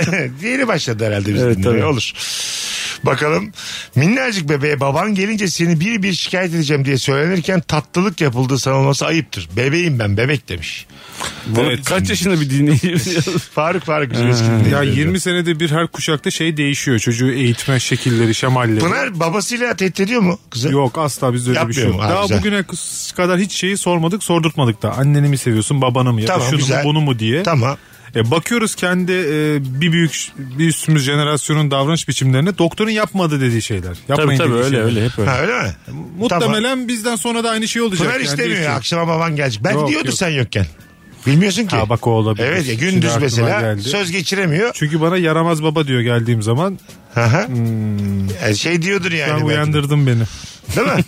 S1: Diğeri başladı herhalde bizim
S3: Evet,
S1: dinlemeye.
S3: tabii.
S1: Olur. Bakalım minnacık bebeğe baban gelince seni bir bir şikayet edeceğim diye söylenirken tatlılık yapıldığı sanılması ayıptır. Bebeğim ben bebek demiş.
S3: Bunu kaç yaşında bir dinleyici?
S1: Faruk Faruk bizim eski
S2: Ya
S1: dinleyicimiz.
S2: 20 senede bir her kuşakta şey değişiyor. Çocuğu eğitme şekilleri, şemalleri.
S1: Pınar babasıyla tehdit ediyor mu kızı?
S2: Yok asla bizde öyle bir şey
S1: Yapmıyor mu?
S2: yok.
S1: Ha,
S2: Daha
S1: güzel.
S2: bugüne kadar hiç şeyi sormadık, sordurtmadık da. Anneni mi seviyorsun, babanı mı? Ya da
S1: Tamam,
S2: şunu
S1: güzel.
S2: mu, bunu mu diye.
S1: Tamam.
S2: E, bakıyoruz kendi e, bir büyük bir üstümüz jenerasyonun davranış biçimlerine doktorun yapmadı dediği şeyler.
S3: Tabii
S2: Yapmayın
S3: tabii
S2: dediği
S3: öyle
S2: şeyler.
S3: öyle hep öyle.
S1: Ha, öyle mi?
S2: Muhtemelen bizden sonra da aynı şey olacak.
S1: Pınar
S2: yani,
S1: istemiyor
S2: değişiyor.
S1: akşama baban gelecek. Ben
S2: Yok,
S1: diyordu
S2: yok.
S1: sen yokken. Bilmiyorsun ki.
S2: Ha, bak o olabilir.
S1: Evet ya
S2: Şimdi
S1: gündüz
S2: aklıma
S1: mesela
S2: geldi.
S1: söz geçiremiyor.
S2: Çünkü bana yaramaz baba diyor geldiğim zaman.
S1: Hı hı.
S2: Hmm.
S1: Yani şey diyordur yani.
S2: Sen
S1: belki.
S2: uyandırdın beni.
S1: Değil mi?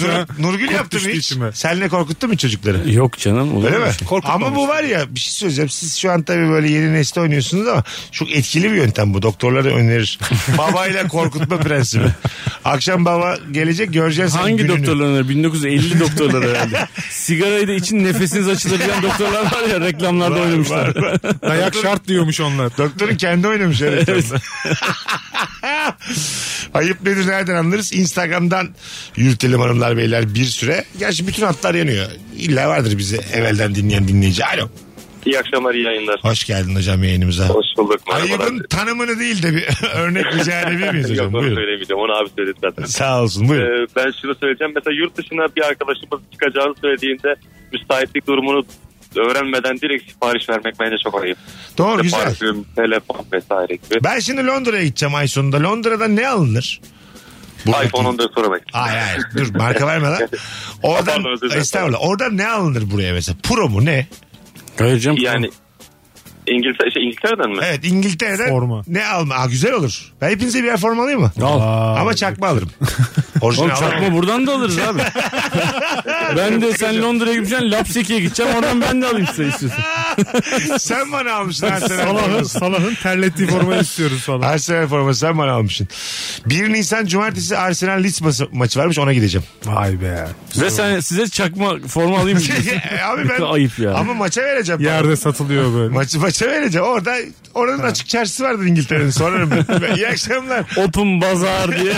S1: Nur, Nurgül yaptı mı
S2: düştü
S1: hiç?
S2: içime.
S1: Senle korkuttun mu çocukları?
S3: Yok canım olur
S1: Öyle
S3: mu?
S1: mi?
S2: Korkutmamış.
S1: Ama bu var ya bir şey söyleyeceğim. Siz şu an tabii böyle yeni nesli oynuyorsunuz ama çok etkili bir yöntem bu. Doktorlar da önerir. Babayla korkutma prensibi. Akşam baba gelecek göreceksin senin
S3: Hangi
S1: gününü.
S3: doktorlar? 1950 doktorlar herhalde. Sigarayı da için nefesiniz açılır diyen doktorlar var ya reklamlarda oynamışlar.
S2: Dayak şart diyormuş onlar.
S1: Doktorun kendi oynamış her reklamda. Ayıp nedir nereden anlarız? Instagram'dan yürütelim hanımlar beyler bir süre. Gerçi bütün hatlar yanıyor. İlla vardır bizi evvelden dinleyen dinleyici. Alo.
S5: İyi akşamlar iyi yayınlar.
S1: Hoş geldin hocam yayınımıza.
S5: Hoş bulduk.
S1: Ayıbın tanımını değil de bir örnek rica edebilir miyiz hocam?
S5: Yok onu
S1: Buyurun.
S5: söylemeyeceğim. Onu abi söyledi zaten.
S1: Sağ olsun buyurun.
S5: Ee, ben şunu söyleyeceğim. Mesela yurt dışına bir arkadaşımız çıkacağını söylediğinde müsaitlik durumunu öğrenmeden direkt sipariş vermek bence çok ayıp.
S1: Doğru
S5: İşte
S1: güzel.
S5: Parfüm, telefon vesaire gibi.
S1: Ben şimdi Londra'ya gideceğim ay sonunda. Londra'da ne alınır? Buradaki-
S5: iPhone 14 Pro Max.
S1: Hayır hayır dur marka verme lan. Oradan,
S5: Pardon, özür dilerim.
S1: estağfurullah, oradan ne alınır buraya mesela? Pro mu ne?
S3: Hayır canım.
S5: Yani İngiltere, şey, İngiltere'den mi?
S1: Evet İngiltere'den
S2: Forma.
S1: ne alma? Aa, güzel olur. Ben hepinize birer forma alayım mı?
S3: Al.
S1: Ama çakma alırım. Orijinal
S3: Oğlum çakma
S1: alamam.
S3: buradan da alırız abi. ben de sen Londra'ya gideceksin Lapseki'ye gideceğim oradan ben de alayım size istiyorsan.
S1: Sen bana almışsın Arsenal
S2: Salah'ın,
S1: forması.
S2: Salah'ın terlettiği formayı istiyoruz falan.
S1: Arsenal forması sen bana almışsın. 1 Nisan Cumartesi Arsenal Leeds ma- maçı varmış ona gideceğim.
S2: Vay be.
S3: Ve sen size çakma forma alayım mı diyorsun?
S1: Şey, e, Abi ben
S3: Ayıp ya.
S1: ama maça vereceğim.
S2: Yerde satılıyor böyle.
S1: Maçı maça vereceğim. Orada oranın açık çarşısı vardır İngiltere'nin. Sorarım ben. Ben, İyi akşamlar.
S3: Open bazar diye.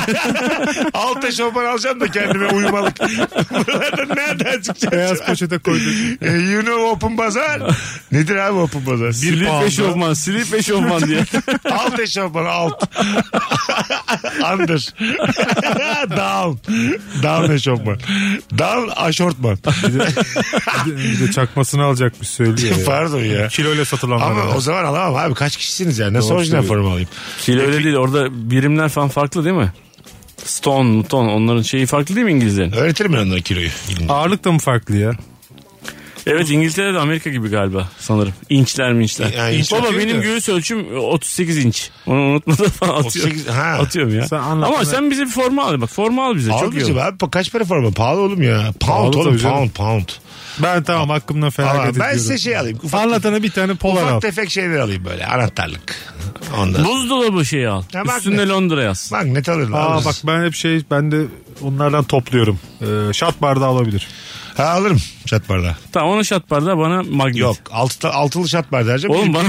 S1: Alt eşofman alacağım da kendime uyumalık. Buralarda nerede açık
S2: Beyaz
S1: çarşı? var?
S2: poşete koyduk.
S1: E, you know open bazar. Nedir abi open bazar? Bir
S3: Slip
S1: pound.
S3: eşofman, slip eşofman diye.
S1: Alt eşofman alt. Under. Down. Down eşofman. Down aşortman.
S2: Bir de çakmasını alacakmış söylüyor ya.
S1: Pardon ya.
S2: Kiloyla satılanlar.
S1: Ama
S2: var.
S1: o zaman alamam abi. Kaç kişisiniz yani? Nasıl
S2: Doğru
S1: orijinal
S2: söylüyorsun.
S1: forma alayım?
S3: Kilo öyle değil orada birimler falan farklı değil mi? Stone, ton onların şeyi farklı değil mi İngilizlerin?
S1: Öğretirim ben onlara kiloyu.
S2: Ağırlık da mı farklı ya?
S3: Evet İngiltere'de Amerika gibi galiba sanırım. İnçler mi inçler?
S1: Yani inç
S3: Baba
S1: atıyor
S3: benim
S1: da.
S3: göğüs ölçüm 38 inç. Onu unutmadan falan atıyorum.
S1: 38 ha.
S3: Atıyorum ya.
S2: Sen anlat
S3: Ama
S2: bana.
S3: sen bize bir forma al. Bak forma al bize.
S1: Al
S3: çok iyi olur.
S1: bizim abi Pa- kaç para forma pahalı oğlum ya. Pound
S2: Pahalı
S1: oğlum
S2: tabii canım.
S1: pound pound.
S2: Ben tamam hakkımdan
S1: Aa,
S2: feragat
S1: ben
S2: ediyorum.
S1: size şey alayım. Ufak,
S2: Anlatana bir tane polar al.
S1: ufak tefek şeyler alayım böyle anahtarlık. Ondan.
S3: Buzdolabı şeyi al.
S1: Ya bak
S3: Üstünde
S1: ne?
S3: Londra yaz.
S1: Magnet alırım.
S2: Aa
S1: alırız.
S2: bak ben hep şey ben de onlardan topluyorum. Ee, şat bardağı alabilir.
S1: Ha, alırım şat bardağı.
S3: Tamam onu şat bardağı bana magnet.
S1: Yok altı, altılı şat bardağı alacağım.
S3: Oğlum, bana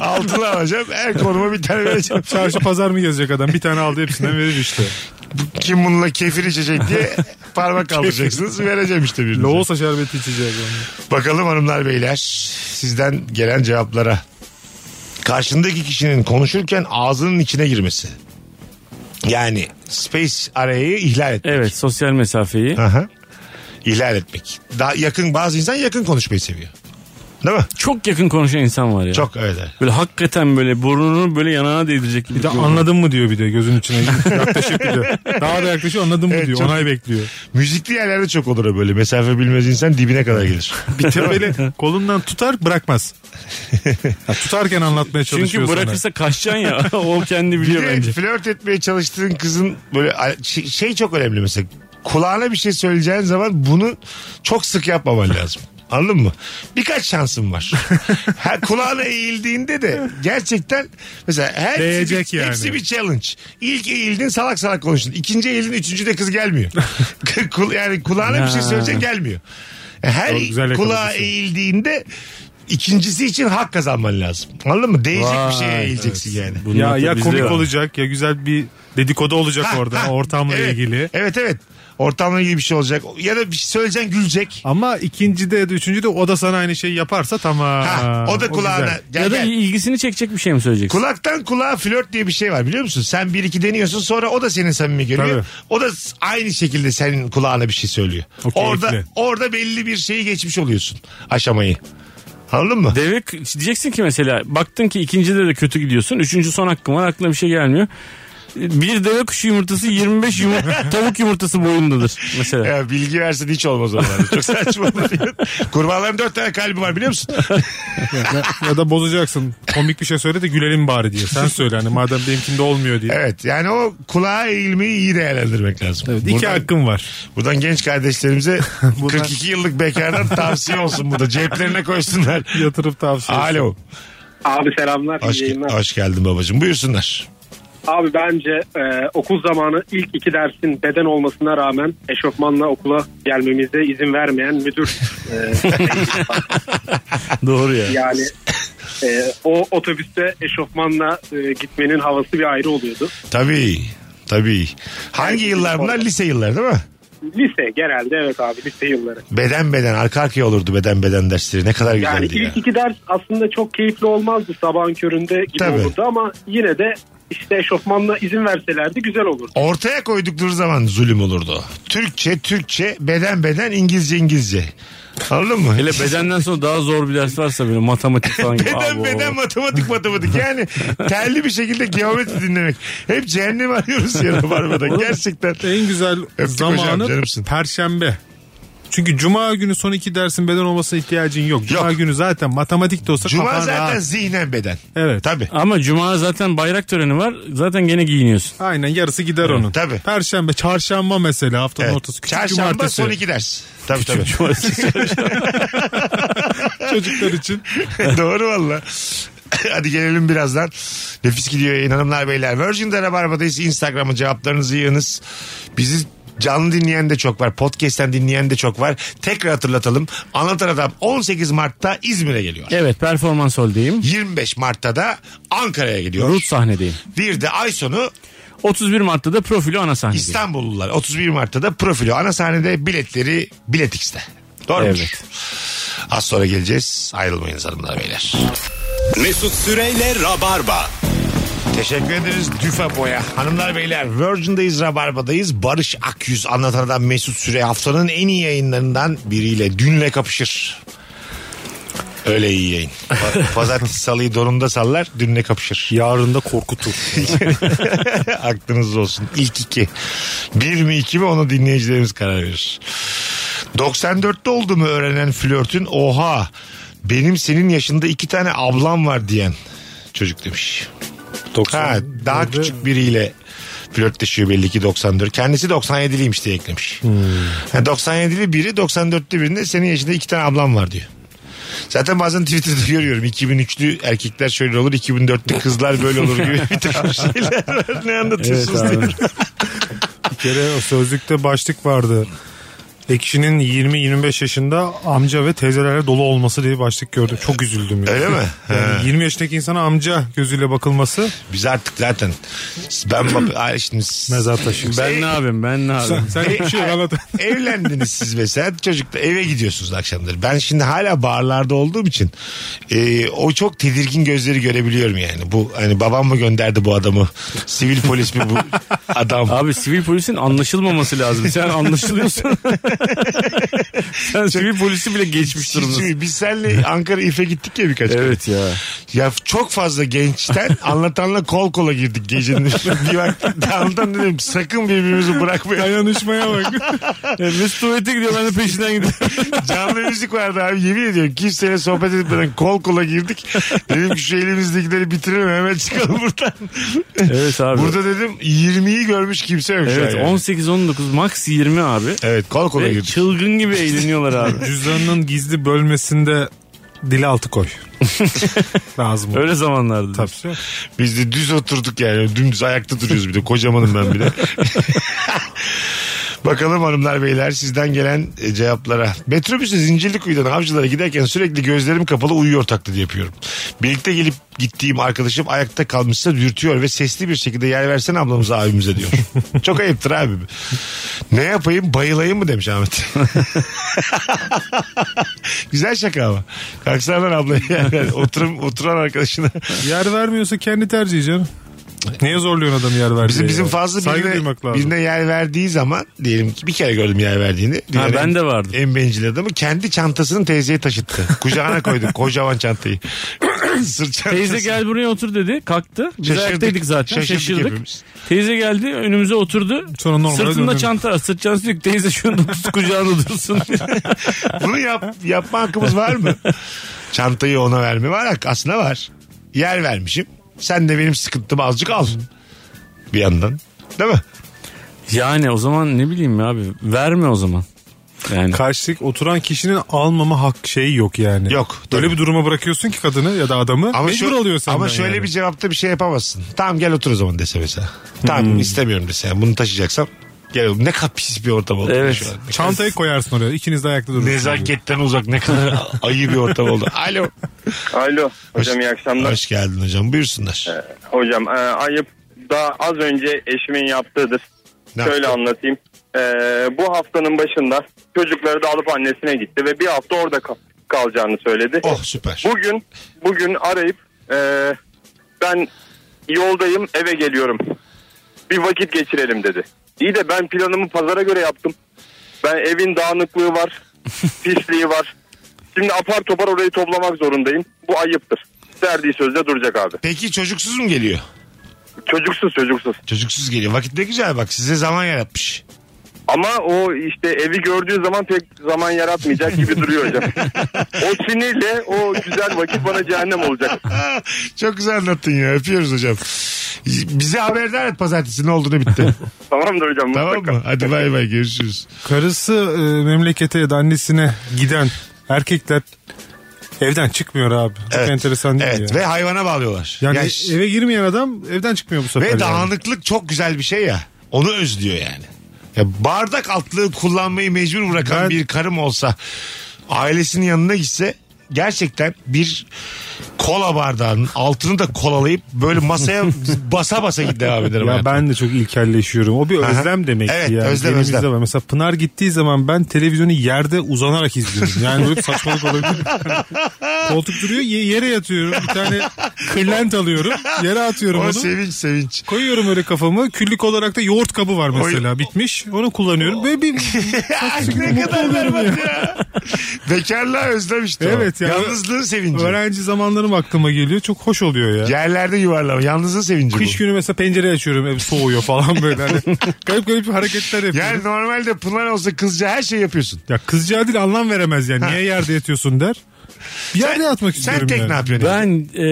S1: altılı alacağım. Her konuma bir tane vereceğim.
S2: Çarşı pazar mı gezecek adam? Bir tane aldı hepsinden verir işte.
S1: Bu- Kim bununla kefir içecek diye parmak kaldıracaksınız. vereceğim işte birinize.
S2: Loğusa şerbeti içeceğiz.
S1: Bakalım hanımlar beyler sizden gelen cevaplara. Karşındaki kişinin konuşurken ağzının içine girmesi. Yani space arayı ihlal etmek.
S3: Evet sosyal mesafeyi.
S1: Aha. İhlal etmek. Daha yakın bazı insan yakın konuşmayı seviyor. Değil mi?
S3: Çok yakın konuşan insan var ya.
S1: Çok öyle.
S3: Böyle hakikaten böyle burnunu böyle yanağına değdirecek gibi.
S2: Bir de
S3: görünüyor.
S2: anladın mı diyor bir de gözün içine. Yaklaşıp bir de. Daha da yaklaşıyor anladın mı
S1: Evet,
S2: diyor.
S1: çok-
S2: Onay bekliyor.
S1: Müzikli yerlerde çok olur o böyle. Mesafe bilmez insan dibine kadar gelir.
S2: Bir de böyle kolundan tutar bırakmaz. Ya tutarken anlatmaya hani. çalışıyor
S3: Çünkü
S2: sana.
S3: bırakırsa kaçacaksın ya. o kendi biliyor
S1: hani. Bir de
S3: bence.
S1: flört etmeye çalıştığın kızın böyle a- şey- şey çok önemli mesela. Kulağına bir şey söyleyeceğin zaman bunu çok sık yapmaman lazım. Anladın mı? Birkaç şansın var. her kulağına eğildiğinde de gerçekten mesela her
S2: Değecek
S1: bir,
S2: yani.
S1: hepsi bir challenge. İlk eğildin salak salak konuştun. İkinci eğildin üçüncü de kız gelmiyor. Kul- yani kulağına bir şey söyleyecek gelmiyor. E,
S2: Çok
S1: Her
S2: güzel
S1: kulağa
S2: yakaladın.
S1: eğildiğinde ikincisi için hak kazanman lazım. Anladın mı? Değecek
S3: Vay,
S1: bir şeye eğileceksin yani.
S3: Bunun
S2: Ya
S3: da
S2: ya
S3: bizde
S2: komik
S3: var.
S2: olacak ya güzel bir dedikodu olacak
S1: Ha,
S2: orada
S1: ha.
S2: ortamla
S1: evet.
S2: ilgili.
S1: Evet evet. Ortamla ilgili bir şey olacak. Ya da bir şey söyleyeceksin gülecek.
S2: Ama ikincide ya da üçüncüde o da sana aynı şeyi yaparsa tamam.
S1: Ha, o da kulağına.
S2: güzel.
S1: Gel,
S3: ya da
S1: gel.
S3: ilgisini çekecek bir şey mi söyleyeceksin?
S1: Kulaktan kulağa flört diye bir şey var biliyor musun? Sen bir iki deniyorsun sonra o da senin samimi görüyor.
S2: Tabii.
S1: O da s- aynı şekilde senin kulağına bir şey söylüyor.
S2: O keyifli.
S1: orada orada belli bir şeyi geçmiş oluyorsun aşamayı. Anladın mı?
S3: Deve diyeceksin ki mesela baktın ki ikincide de kötü gidiyorsun. Üçüncü son hakkın var aklına bir şey gelmiyor. Bir deve kuşu yumurtası 25 yumurta, tavuk yumurtası boyundadır mesela.
S1: Ya bilgi versin hiç olmaz onlar. Çok saçma. Kurbanların dört tane kalbi var biliyor musun?
S2: Ya, ya da bozacaksın. Komik bir şey söyle de gülelim bari diye. Sen söyle hani madem benimkinde olmuyor diye.
S1: Evet yani o kulağa eğilmeyi iyi değerlendirmek lazım.
S2: Evet, iki hakkım var.
S1: Buradan genç kardeşlerimize 42 yıllık bekardan tavsiye olsun bu da. Ceplerine koysunlar.
S2: Yatırıp tavsiye.
S1: Alo.
S4: Abi selamlar. iyi
S1: Hoş, ge-
S4: yayınlar.
S1: hoş geldin babacığım. Buyursunlar.
S4: Abi bence e, okul zamanı ilk iki dersin beden olmasına rağmen eşofmanla okula gelmemize izin vermeyen müdür. e,
S3: Doğru ya.
S4: yani e, o otobüste eşofmanla e, gitmenin havası bir ayrı oluyordu.
S1: Tabii. Tabii. Hangi yıllar bunlar? Lise yılları değil mi?
S4: Lise genelde evet abi lise yılları.
S1: Beden beden arka arkaya olurdu beden beden dersleri. Ne kadar
S4: Yani
S1: güzeldi ya.
S4: ilk iki ders aslında çok keyifli olmazdı sabahın köründe gibi
S1: Tabii.
S4: olurdu ama yine de işte eşofmanla izin verselerdi güzel olurdu.
S1: Ortaya koydukları zaman zulüm olurdu. o. Türkçe, Türkçe, beden beden, İngilizce, İngilizce. Anladın mı?
S3: Hele bedenden sonra daha zor bir ders varsa böyle matematik falan gibi. Abi,
S1: Beden
S3: o-
S1: beden matematik matematik yani telli bir şekilde geometri dinlemek. Hep cehennem arıyoruz ya Rabarba'da gerçekten.
S2: En güzel
S1: hocam,
S2: e, zamanı
S1: canımsın.
S2: perşembe. Çünkü cuma günü son iki dersin beden olmasına ihtiyacın yok. Cuma
S1: Yok.
S2: günü zaten matematik de olsa
S1: Cuma
S2: kafan
S1: zaten
S2: rahat.
S1: zihnen beden.
S2: Evet.
S1: Tabii.
S3: Ama cuma zaten bayrak töreni var. Zaten gene giyiniyorsun.
S2: Aynen yarısı gider onun.
S1: tabii.
S2: Perşembe, çarşamba mesela haftanın
S1: Evet.
S2: ortası. Küçük
S1: Çarşamba
S2: cumartesi.
S1: son iki ders. Tabii tabii.
S2: Çocuklar için.
S1: Doğru valla. Hadi gelelim birazdan. Nefis gidiyor yayın hanımlar beyler. Virgin'de Rabarba'dayız. Instagram'a cevaplarınızı yığınız. Bizi canlı dinleyen de çok var. Podcast'ten dinleyen de çok var. Tekrar hatırlatalım. Anlatan Adam 18 Mart'ta İzmir'e geliyor.
S3: Evet performans holdeyim.
S1: 25 Mart'ta da Ankara'ya gidiyor.
S3: Rut sahnedeyim.
S1: Bir de ay sonu
S3: 31 Mart'ta da profilo ana sahnedeyim.
S1: İstanbullular 31 Mart'ta da profilo ana sahnede biletleri Biletix'te. Doğru
S3: Evet.
S1: Az sonra geleceğiz. Ayrılmayınız hanımlar beyler.
S6: Mesut Süreyle Rabarba.
S1: Teşekkür ederiz Düfe Boya. Hanımlar beyler Virgin'dayız Rabarba'dayız. Barış Akyüz anlatan adam Mesut Süre haftanın en iyi yayınlarından biriyle dünle kapışır. Öyle iyi yayın. Pa- Pazartesi salıyı donunda sallar dünle kapışır.
S2: Yarın da korkutur.
S1: Aklınızda olsun. İlk iki. Bir mi iki mi onu dinleyicilerimiz karar verir. 94'te oldu mu öğrenen flörtün oha benim senin yaşında iki tane ablam var diyen çocuk demiş. Ha, daha küçük biriyle flörtleşiyor belli ki 94. Kendisi 97'liymiş diye eklemiş. Ha, 97'li biri 94'lü birinde senin yaşında iki tane ablam var diyor. Zaten bazen Twitter'da görüyorum 2003'lü erkekler şöyle olur 2004'lü kızlar böyle olur gibi bir takım şeyler var. Ne anlatıyorsunuz
S2: Evet abi.
S1: diye.
S2: Bir kere o sözlükte başlık vardı. Ekşinin 20-25 yaşında amca ve teyzelerle dolu olması diye bir başlık gördüm. Çok üzüldüm. ya.
S1: Öyle mi?
S2: Yani 20 yaşındaki insana amca gözüyle bakılması
S1: Biz artık zaten ben bab- Ay, şimdi
S2: mezar taşı.
S3: Ben ne yapayım ben ne yapayım.
S2: Sen bir şey anlat.
S1: evlendiniz siz mesela çocukla eve gidiyorsunuz akşamları. Ben şimdi hala barlarda olduğum için e, o çok tedirgin gözleri görebiliyorum yani. Bu hani babam mı gönderdi bu adamı? Sivil polis mi bu adam?
S3: Abi sivil polisin anlaşılmaması lazım. Sen anlaşılıyorsun. Sen sivil polisi bile geçmiş durumdasın.
S1: Hiç- Biz seninle Ankara İF'e gittik ya birkaç kere.
S3: Evet ya.
S1: Ya çok fazla gençten anlatanla kol kola girdik gecenin. bir vakti anlatan dedim sakın birbirimizi bırakmayalım.
S2: Dayanışmaya bak.
S3: Mesut tuvalete gidiyor ben de peşinden gidiyorum.
S1: Canlı müzik vardı abi yemin ediyorum. Kimseyle sohbet etmeden kol kola girdik. Dedim ki şu elimizdekileri bitirelim hemen çıkalım buradan.
S3: Evet abi.
S1: Burada dedim 20'yi görmüş kimse yok şu an
S3: evet
S1: yani.
S3: 18-19 max 20 abi.
S1: Evet kol kola
S3: Ve
S1: girdik.
S3: çılgın gibi eğleniyorlar abi.
S2: Cüzdanının gizli bölmesinde dil altı koy. Lazım.
S3: Öyle zamanlarda.
S2: Tabii.
S1: Biz de düz oturduk yani. Dümdüz ayakta duruyoruz bir de. Kocamanım ben bir de. Bakalım hanımlar beyler sizden gelen e, cevaplara. Metrobüse Zincirlikuyu'dan avcılara giderken sürekli gözlerim kapalı uyuyor taklidi yapıyorum. Birlikte gelip gittiğim arkadaşım ayakta kalmışsa dürtüyor ve sesli bir şekilde yer versene ablamıza abimize diyor. Çok ayıptır abi. Ne yapayım bayılayım mı demiş Ahmet. Güzel şaka ama. Kalksana lan ablaya. Yani oturum, oturan arkadaşına.
S2: Yer vermiyorsa kendi tercihi canım. Neye zorluyorsun adamı yer verdiği?
S1: Bizim, bizim fazla
S2: Saygı
S1: birine,
S2: duymak lazım.
S1: birine yer verdiği zaman diyelim ki bir kere gördüm yer verdiğini.
S3: Ha,
S1: Dünyanın
S3: ben de vardım.
S1: En bencil adamı kendi çantasını teyzeye taşıttı. Kucağına koydu kocaman çantayı. Sırt çantası.
S3: Teyze gel buraya otur dedi. Kalktı. Biz
S1: Şaşırdık.
S3: ayaktaydık zaten.
S1: Şaşırdık
S3: Şaşırdık.
S1: hepimiz.
S3: Teyze geldi önümüze oturdu.
S2: Sonra normale
S3: Sırtında
S2: döndü.
S3: çanta. Sırt çantası yok. Teyze şunu tut kucağına dursun.
S1: Bunu yap, yapma hakkımız var mı? Çantayı ona verme var hak- aslında var. Yer vermişim. Sen de benim sıkıntımı azıcık al. Bir yandan. Değil mi?
S3: yani o zaman ne bileyim ya abi. Verme o zaman. Yani.
S2: Karşılık oturan kişinin almama hak şeyi yok yani.
S1: Yok, tabii.
S2: Böyle bir duruma bırakıyorsun ki kadını ya da adamı.
S1: Ama,
S2: mecbur
S1: şö-
S2: oluyor senden
S1: ama şöyle
S2: yani.
S1: bir cevapta bir şey yapamazsın. Tamam gel otur o zaman dese mesela.
S2: Hmm.
S1: Tamam istemiyorum dese. Bunu taşıyacaksam gel oğlum. Ne kadar pis bir ortam oldu
S3: Evet.
S1: şu an.
S2: Çantayı koyarsın oraya. İkiniz de ayakta durursunuz.
S1: Nezaketten uzak ne kadar ayı bir ortam oldu. Alo.
S7: Alo
S1: Hoş-
S7: hocam iyi akşamlar.
S1: Hoş geldin hocam buyursunlar.
S7: Hocam e, ayıp daha az önce eşimin yaptığıdır.
S1: Ne
S7: Şöyle anlatayım. E, bu haftanın başında çocukları da alıp annesine gitti ve bir hafta orada kal- kalacağını söyledi.
S1: Oh süper.
S7: Bugün bugün arayıp e, ben yoldayım eve geliyorum. Bir vakit geçirelim dedi. İyi de ben planımı pazara göre yaptım. Ben evin dağınıklığı var, pisliği var. Şimdi apar topar orayı toplamak zorundayım. Bu ayıptır. Verdiği sözde duracak abi.
S1: Peki çocuksuz mu geliyor?
S7: Çocuksuz çocuksuz.
S1: Çocuksuz geliyor. Vakit ne güzel bak size zaman yaratmış.
S7: Ama o işte evi gördüğü zaman pek zaman yaratmayacak gibi duruyor hocam. o sinirle o güzel vakit bana cehennem olacak.
S1: Ah, Çok güzel anlattın ya. Öpüyoruz hocam. Bize haberdar et pazartesi ne oldu ne bitti.
S7: Tamamdır hocam.
S1: tamam
S7: mutlaka.
S1: mı? Hadi bay bay görüşürüz.
S2: Karısı e, memlekete ya da annesine giden erkekler evden çıkmıyor abi. Çok enteresan değil
S1: Evet
S2: ya.
S1: ve hayvana bağlıyorlar.
S2: Yani e,
S1: Ya-
S2: eve girmeyen adam evden çıkmıyor bu sefer.
S1: Ve
S2: yani.
S1: dağınıklık çok güzel bir şey ya. Onu özlüyor yani. Ya bardak altlığı kullanmayı mecbur bırakan
S2: Ben-
S1: bir karım olsa ailesinin yanına gitse gerçekten bir kola bardağının altını da kolalayıp böyle masaya basa basa git devam ederim.
S2: Ya
S1: hayatım.
S2: ben de çok ilkelleşiyorum. O bir
S1: Aha.
S2: özlem demek ki
S1: Evet,
S2: ya.
S1: özlem,
S2: Genimizde
S1: özlem.
S2: var. Mesela Pınar gittiği zaman ben televizyonu yerde uzanarak izliyorum. Yani böyle bir saçmalık olabilir. Koltuk duruyor ye- yere yatıyorum. Bir tane kırlent alıyorum. Yere atıyorum
S1: O şey-
S2: onu.
S1: sevinç sevinç.
S2: Koyuyorum öyle kafamı. Küllük olarak da yoğurt kabı var mesela bitmiş. Onu kullanıyorum. Ve bir
S1: Ay, ne kadar berbat ya. Bekarlığa özlem işte o.
S2: Evet ya.
S1: Yalnızlığın sevinci.
S2: öğrenci zamanlarım aklıma geliyor. Çok hoş oluyor ya.
S1: Yerlerde yuvarlama. Yalnızlığın sevinci
S2: Kış
S1: bu.
S2: günü mesela pencereyi açıyorum. Ev soğuyor falan böyle. Hani garip garip hareketler yapıyorum.
S1: Yani normalde Pınar olsa kızca her şey yapıyorsun.
S2: Ya kızcağız değil anlam veremez yani. Niye yerde yatıyorsun der. Bir yerde yatmak istiyorum
S1: Sen tek
S2: yani.
S1: ne yapıyorsun?
S3: Ben e,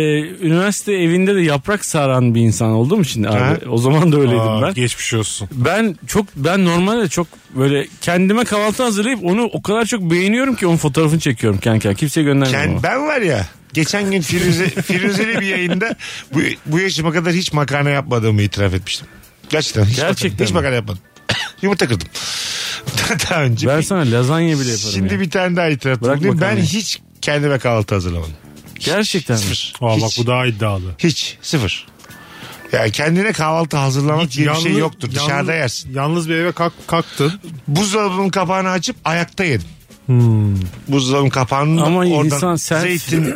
S3: üniversite evinde de yaprak saran bir insan olduğum için abi.
S1: Ha.
S3: O zaman da öyleydim
S2: Aa,
S3: ben.
S2: Geçmiş olsun.
S3: Ben çok ben normalde çok böyle kendime kahvaltı hazırlayıp onu o kadar çok beğeniyorum ki onun fotoğrafını çekiyorum kanka. Kimseye göndermiyorum. ama.
S1: Kend- ben var ya geçen gün Firuze, Firuze'li bir yayında bu, bu yaşıma kadar hiç makarna yapmadığımı itiraf etmiştim. Gerçekten hiç,
S3: Gerçekten
S1: makarna, hiç
S3: mi?
S1: makarna yapmadım. Yumurta kırdım. Daha önce.
S3: Ben
S1: Bir-
S3: sana lazanya bile yaparım
S1: Şimdi
S3: ya.
S1: bir tane daha itiraf
S3: Bırak
S1: bulunayım. Ben
S3: makarnayı.
S1: hiç kendime kahvaltı hazırlamadım.
S3: Gerçekten mi?
S1: Sıfır.
S2: Aa,
S1: hiç,
S2: bak bu daha iddialı.
S1: hiç sıfır. Yani kendine kahvaltı hazırlamak diye bir şey yoktur. Dışarıda
S2: yalnız-
S1: yersin.
S2: Yalnız bir eve kalk, kalktın.
S1: Buzdolabının kapağını açıp ayakta yedim. Buzdolabının kapağını
S3: Hmm. Ama
S1: oradan
S3: insan sen-
S1: zeytin,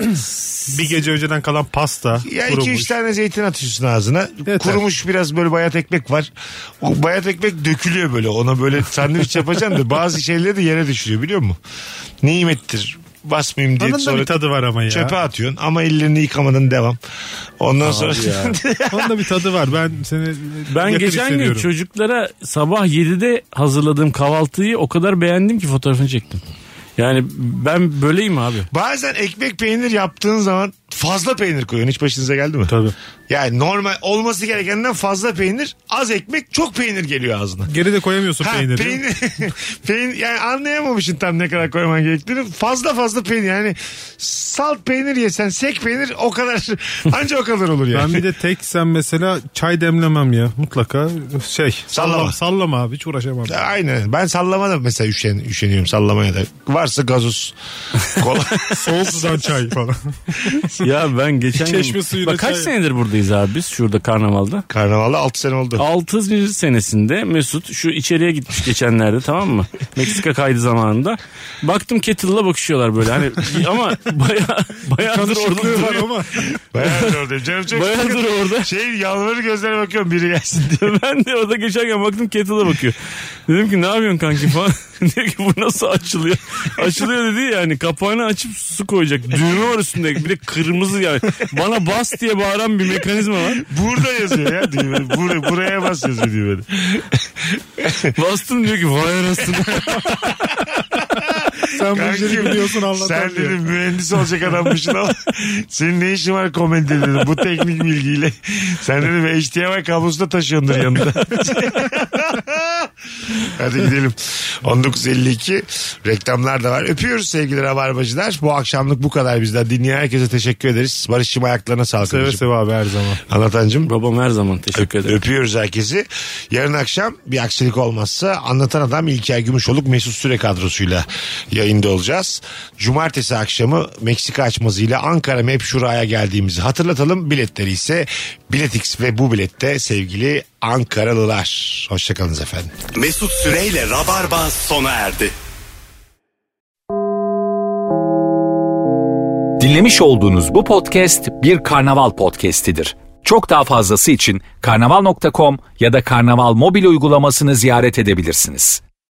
S2: Bir gece önceden kalan pasta.
S1: Ya iki
S2: kurumuş.
S1: üç tane zeytin atıyorsun ağzına.
S2: Yeter.
S1: Kurumuş biraz böyle bayat ekmek var. O bayat ekmek dökülüyor böyle. Ona böyle sandviç yapacaksın da bazı şeyleri de yere düşürüyor biliyor musun? Nimettir. Basmayayım diye
S2: Onun da
S1: sonra
S2: bir tadı var ama ya.
S1: çöpe atıyorsun. Ama ellerini yıkamadan devam. Ondan sonra
S2: Onun da bir tadı var. Ben seni
S3: Ben
S2: yakın
S3: geçen gün
S2: hissediyorum.
S3: çocuklara sabah 7'de hazırladığım kahvaltıyı o kadar beğendim ki fotoğrafını çektim. Yani ben böyleyim abi.
S1: bazen ekmek peynir yaptığın zaman fazla peynir koyuyorsun. Hiç başınıza geldi mi?
S2: Tabii.
S1: Yani normal olması gerekenden fazla peynir, az ekmek, çok peynir geliyor ağzına.
S2: Geri de koyamıyorsun
S1: Ha,
S2: peyniri.
S1: peynir, peynir yani anlayamamışsın tam ne kadar koyman gerektiğini. Fazla fazla peynir yani salt peynir yesen sek peynir o kadar anca o kadar olur yani.
S2: Ben bir de tek sen mesela çay demlemem ya mutlaka şey
S1: Sallama.
S2: sallama sallama abi hiç uğraşamam.
S1: Aynen. Ben sallama da mesela üşen, üşeniyorum sallamaya da. Varsa gazoz. Kola.
S2: Soğuk sudan çay falan.
S3: ya ben geçen
S2: Çeşme
S3: gün...
S2: suyuyla
S3: Bak kaç
S2: çay-
S3: senedir buradayız abi biz şurada karnavalda?
S1: Karnavalda 6 sene oldu.
S3: 6. senesinde Mesut şu içeriye gitmiş geçenlerde tamam mı? Meksika kaydı zamanında. Baktım Kettle'la bakışıyorlar böyle hani ama baya bayağıdır orada
S2: Tanışıklığı var
S3: duruyor.
S2: ama.
S1: Bayağıdır oradayım. Canım çok
S3: Bayağıdır
S1: sıkıldı.
S3: orada.
S1: Şey yalvarır gözlere bakıyorum biri gelsin diye.
S3: ben de orada geçerken baktım Kettle'a bakıyor. Dedim ki ne yapıyorsun kanki falan. diyor ki bu nasıl açılıyor? Açılıyor dedi yani kapağını açıp su koyacak. Düğme var üstünde bir de kırmızı yani. Bana bas diye bağıran bir mekanizma var.
S1: Burada yazıyor ya düğmeni. Buraya, buraya bas yazıyor düğmeni.
S3: Bastım diyor ki vay anasını.
S2: Sen bu işleri biliyorsun
S1: Sen
S2: anlatan diyor.
S1: dedim mühendis olacak adammışsın ama senin ne işin var komedide dedim. Bu teknik bilgiyle. Sen dedim HDMI kablosu da taşıyordur yanında. Hadi gidelim. 19.52 reklamlar da var. Öpüyoruz sevgili rabarbacılar. Bu akşamlık bu kadar bizden. Dinleyen herkese teşekkür ederiz. Barış'cığım ayaklarına sağlık.
S2: Seve
S1: abicim.
S2: seve abi her zaman.
S1: Anlatancığım.
S3: Babam her zaman teşekkür ederim.
S1: Öpüyoruz herkesi. Yarın akşam bir aksilik olmazsa Anlatan Adam İlker Gümüşoluk Mesut Süre kadrosuyla yayında olacağız. Cumartesi akşamı Meksika açmazıyla Ankara Mep Şura'ya geldiğimizi hatırlatalım. Biletleri ise Biletix ve bu bilette sevgili Ankaralılar. Hoşçakalınız efendim.
S6: Mesut Süreyle Rabarba sona erdi.
S8: Dinlemiş olduğunuz bu podcast bir karnaval podcastidir. Çok daha fazlası için karnaval.com ya da karnaval mobil uygulamasını ziyaret edebilirsiniz.